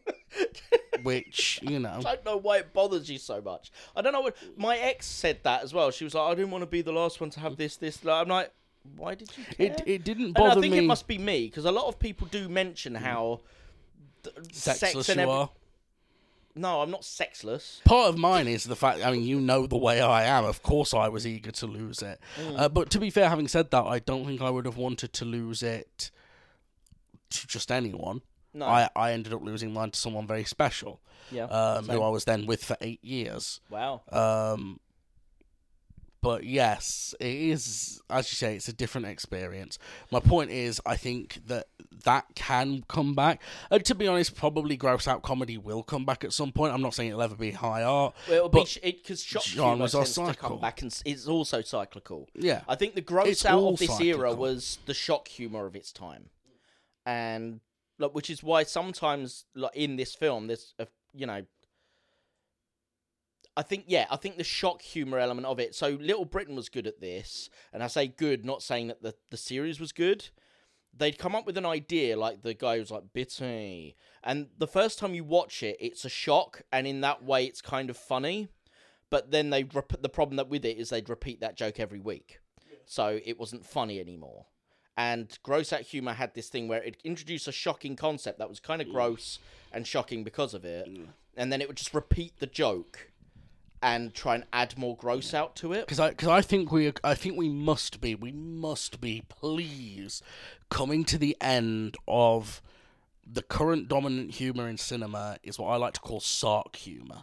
[laughs] which you know, I don't know why it bothers you so much. I don't know what my ex said that as well. She was like, I didn't want to be the last one to have this, this. Like, I'm like, why did you? Care? it it didn't and bother I think me. it must be me because a lot of people do mention how th- sexless sex and you every- are. No, I'm not sexless. Part of mine is the fact. I mean, you know the way I am. Of course, I was eager to lose it. Mm. Uh, but to be fair, having said that, I don't think I would have wanted to lose it to just anyone. No. I, I ended up losing mine to someone very special, Yeah. um, Same. who I was then with for eight years. wow. Um, but yes, it is, as you say, it's a different experience. My point is, I think that that can come back. And to be honest, probably gross out comedy will come back at some point. I'm not saying it'll ever be high art. Well, it'll be but sh- it because shock humor genres are tends to cyclical. come back, and s- it's also cyclical. Yeah. I think the gross It's out all of this era cyclical. was the shock humor of its time, and like, which is why sometimes like in this film, there's a, you know, I think yeah, I think the shock humor element of it. So Little Britain was good at this, and I say good, not saying that the the series was good. They'd come up with an idea, like the guy was like bitty, and the first time you watch it, it's a shock, and in that way, it's kind of funny. But then they rep- the problem that with it is they'd repeat that joke every week, so it wasn't funny anymore. And gross out humor had this thing where it introduced a shocking concept that was kind of gross and shocking because of it, and then it would just repeat the joke and try and add more gross out to it. because I because I think we I think we must be we must be please coming to the end of the current dominant humor in cinema is what I like to call sarc humor.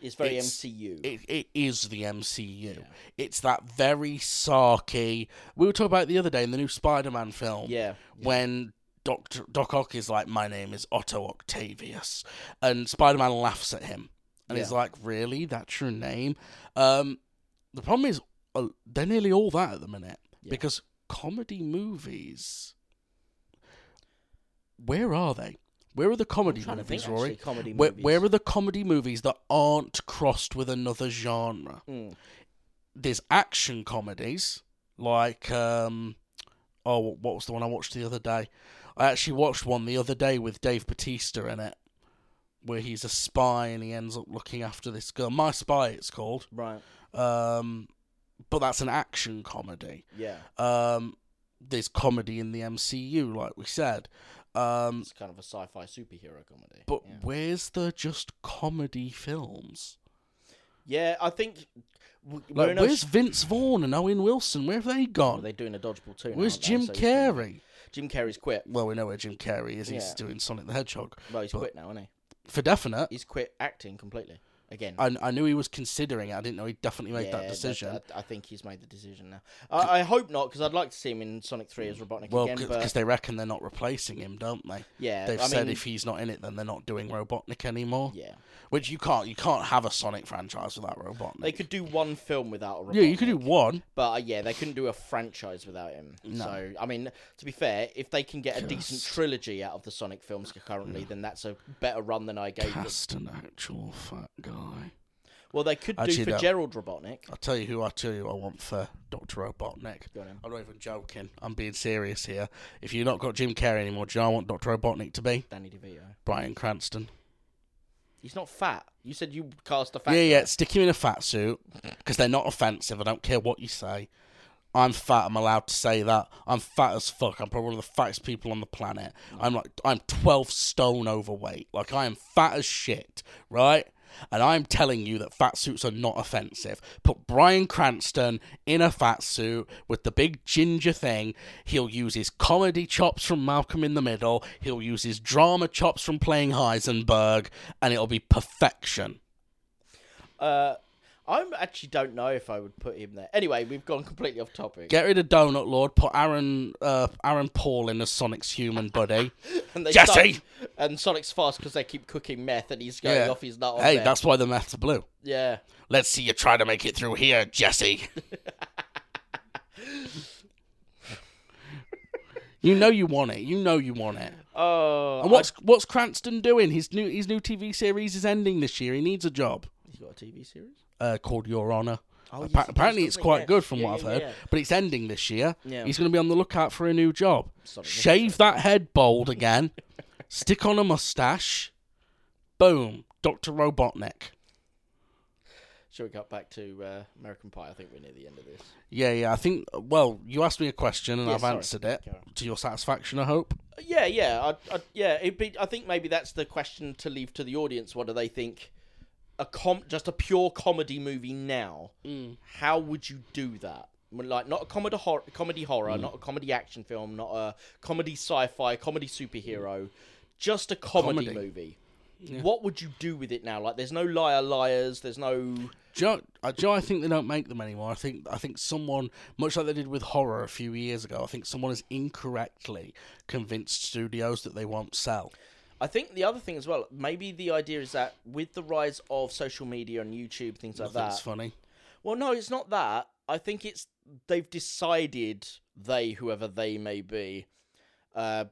It's very It's- MCU. It, it is the MCU. It's that very sarky. We were talking about it the other day in the new Spider-Man film. Yeah. When Doctor Doc Ock is like, "My name is Otto Octavius," and Spider-Man laughs at him, and he's Yeah. like, "Really? That's your name?" Um, the problem is uh, they're nearly all that at the minute because comedy movies. Where are they? Where are the comedy trying to movies, think, Rory? actually, comedy where, movies. where are the comedy movies that aren't crossed with another genre? Mm. There's action comedies like um, oh, what was the one I watched the other day? I actually watched one the other day with Dave Batista in it, where he's a spy and he ends up looking after this girl. My Spy, it's called. right. Um, but that's an action comedy. Yeah. Um, there's comedy in the MCU, like we said. Um, It's kind of a sci-fi superhero comedy. but yeah. where's the just comedy films? Yeah, I think w- we're Like, in a- where's Vince Vaughn and Owen Wilson? Where have they Well, gone? they're doing a dodgeball too. now, Where's aren't they? Jim So he's doing- Carrey? Jim Carrey's quit. Well, we know where Jim Carrey is. He's Yeah. doing Sonic the Hedgehog. Well, he's But- quit now, isn't he? For definite, He's quit acting completely again. I, I knew he was considering it. I didn't know he definitely made Yeah, that decision. I, I think he's made the decision now. I, I hope not, because I'd like to see him in Sonic Three as Robotnik well, again. But because they reckon they're not replacing him, don't they? yeah, They've I said mean, if he's not in it, then they're not doing Robotnik anymore. yeah, Which you can't. You can't have a Sonic franchise without Robotnik. they could do one film without a Robotnik. yeah, you could do one. But uh, yeah, they couldn't do a franchise without him. So I mean, to be fair, if they can get a decent trilogy out of the Sonic films currently, then that's a better run than I gave. them. Cast an actual fat guy. Well, they could Actually, do for no. Gerald Robotnik. I'll tell you who I tell you I want for Doctor Robotnik. Go on, then. I'm not even joking. I'm being serious here. If you've not got Jim Carrey anymore, do you know what I want Doctor Robotnik to be? Danny DeVito. Brian Cranston. He's not fat. You said you cast a fat. yeah, guy. yeah. Stick him in a fat suit because they're not offensive. I don't care what you say. I'm fat. I'm allowed to say that. I'm fat as fuck. I'm probably one of the fattest people on the planet. I'm like I'm 12 stone overweight. Like I am fat as shit, right? and I'm telling you that fat suits are not offensive. Put Brian Cranston in a fat suit with the big ginger thing. He'll use his comedy chops from Malcolm in the Middle. He'll use his drama chops from playing Heisenberg, and it'll be perfection. Uh, I actually don't know if I would put him there. Anyway, we've gone completely off topic. Get rid of Donut Lord. Put Aaron uh, Aaron Paul in as Sonic's human buddy. and they Jesse! start- and Sonic's fast because they keep cooking meth and he's going Yeah. off his nut on hey, them. that's why the meth's blue. Yeah. Let's see you try to make it through here, Jesse. you know you want it. You know you want it. Oh, And what's what's Cranston doing? His new his new TV series is ending this year. He needs a job he's got a TV series. uh, called Your Honor. Oh, yes, Appa- he apparently, does, it's doesn't he? quite Yeah. good from Yeah, what I've yeah, heard, yeah. but it's ending this year. Yeah. He's going to be on the lookout for a new job. Sonic the Shave that head bald [laughs] again, stick on a mustache, boom, Doctor Robotnik. Should we cut back to uh, American Pie? I think we're near the end of this. Yeah, yeah. I think. Well, you asked me a question and Yeah, I've sorry. answered it Carry on. to your satisfaction. I hope. Uh, Yeah, yeah, I, I, yeah. It'd be, I think maybe that's the question to leave to the audience. What do they think? A com, just a pure comedy movie now. How would you do that? Well, Like not a comedy horror, comedy horror, not a comedy action film, not a comedy sci-fi, comedy superhero, just a comedy, Comedy. movie. What would you do with it now? Like, there's no liar liars. There's no Joe, uh, Joe, I think they don't make them anymore. I think I think someone, much like they did with horror a few years ago, I think someone has incorrectly convinced studios that they won't sell. I think the other thing as well, maybe the idea is that with the rise of social media and YouTube, things like That's that. funny. Well, no, it's not that. I think it's they've decided they, whoever they may be, uh,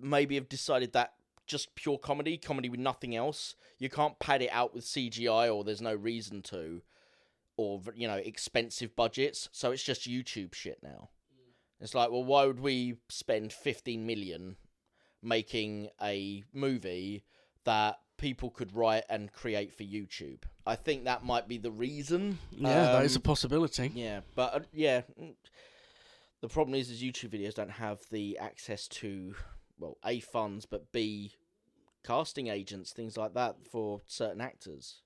maybe have decided that just pure comedy, comedy with nothing else, you can't pad it out with CGI or there's no reason to, or you know expensive budgets. So it's just YouTube shit now. It's like, well, why would we spend 15 million making a movie that people could write and create for YouTube? I think that might be the reason. Yeah, that is a Um, possibility. yeah, but uh, yeah, mm, the problem is, is YouTube videos don't have the access to, well, a funds, but b casting agents, things like that for certain actors.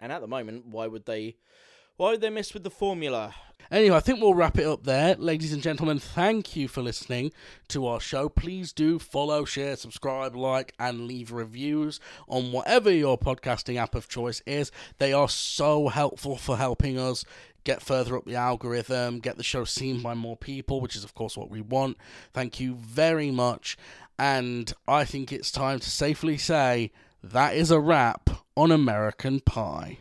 And at the moment, why would they? Why would they mess with the formula? Anyway, I think we'll wrap it up there. Ladies and gentlemen, thank you for listening to our show. Please do follow, share, subscribe, like, and leave reviews on whatever your podcasting app of choice is. They are so helpful for helping us get further up the algorithm, get the show seen by more people, which is, of course, what we want. Thank you very much. And I think it's time to safely say that is a wrap on American Pie.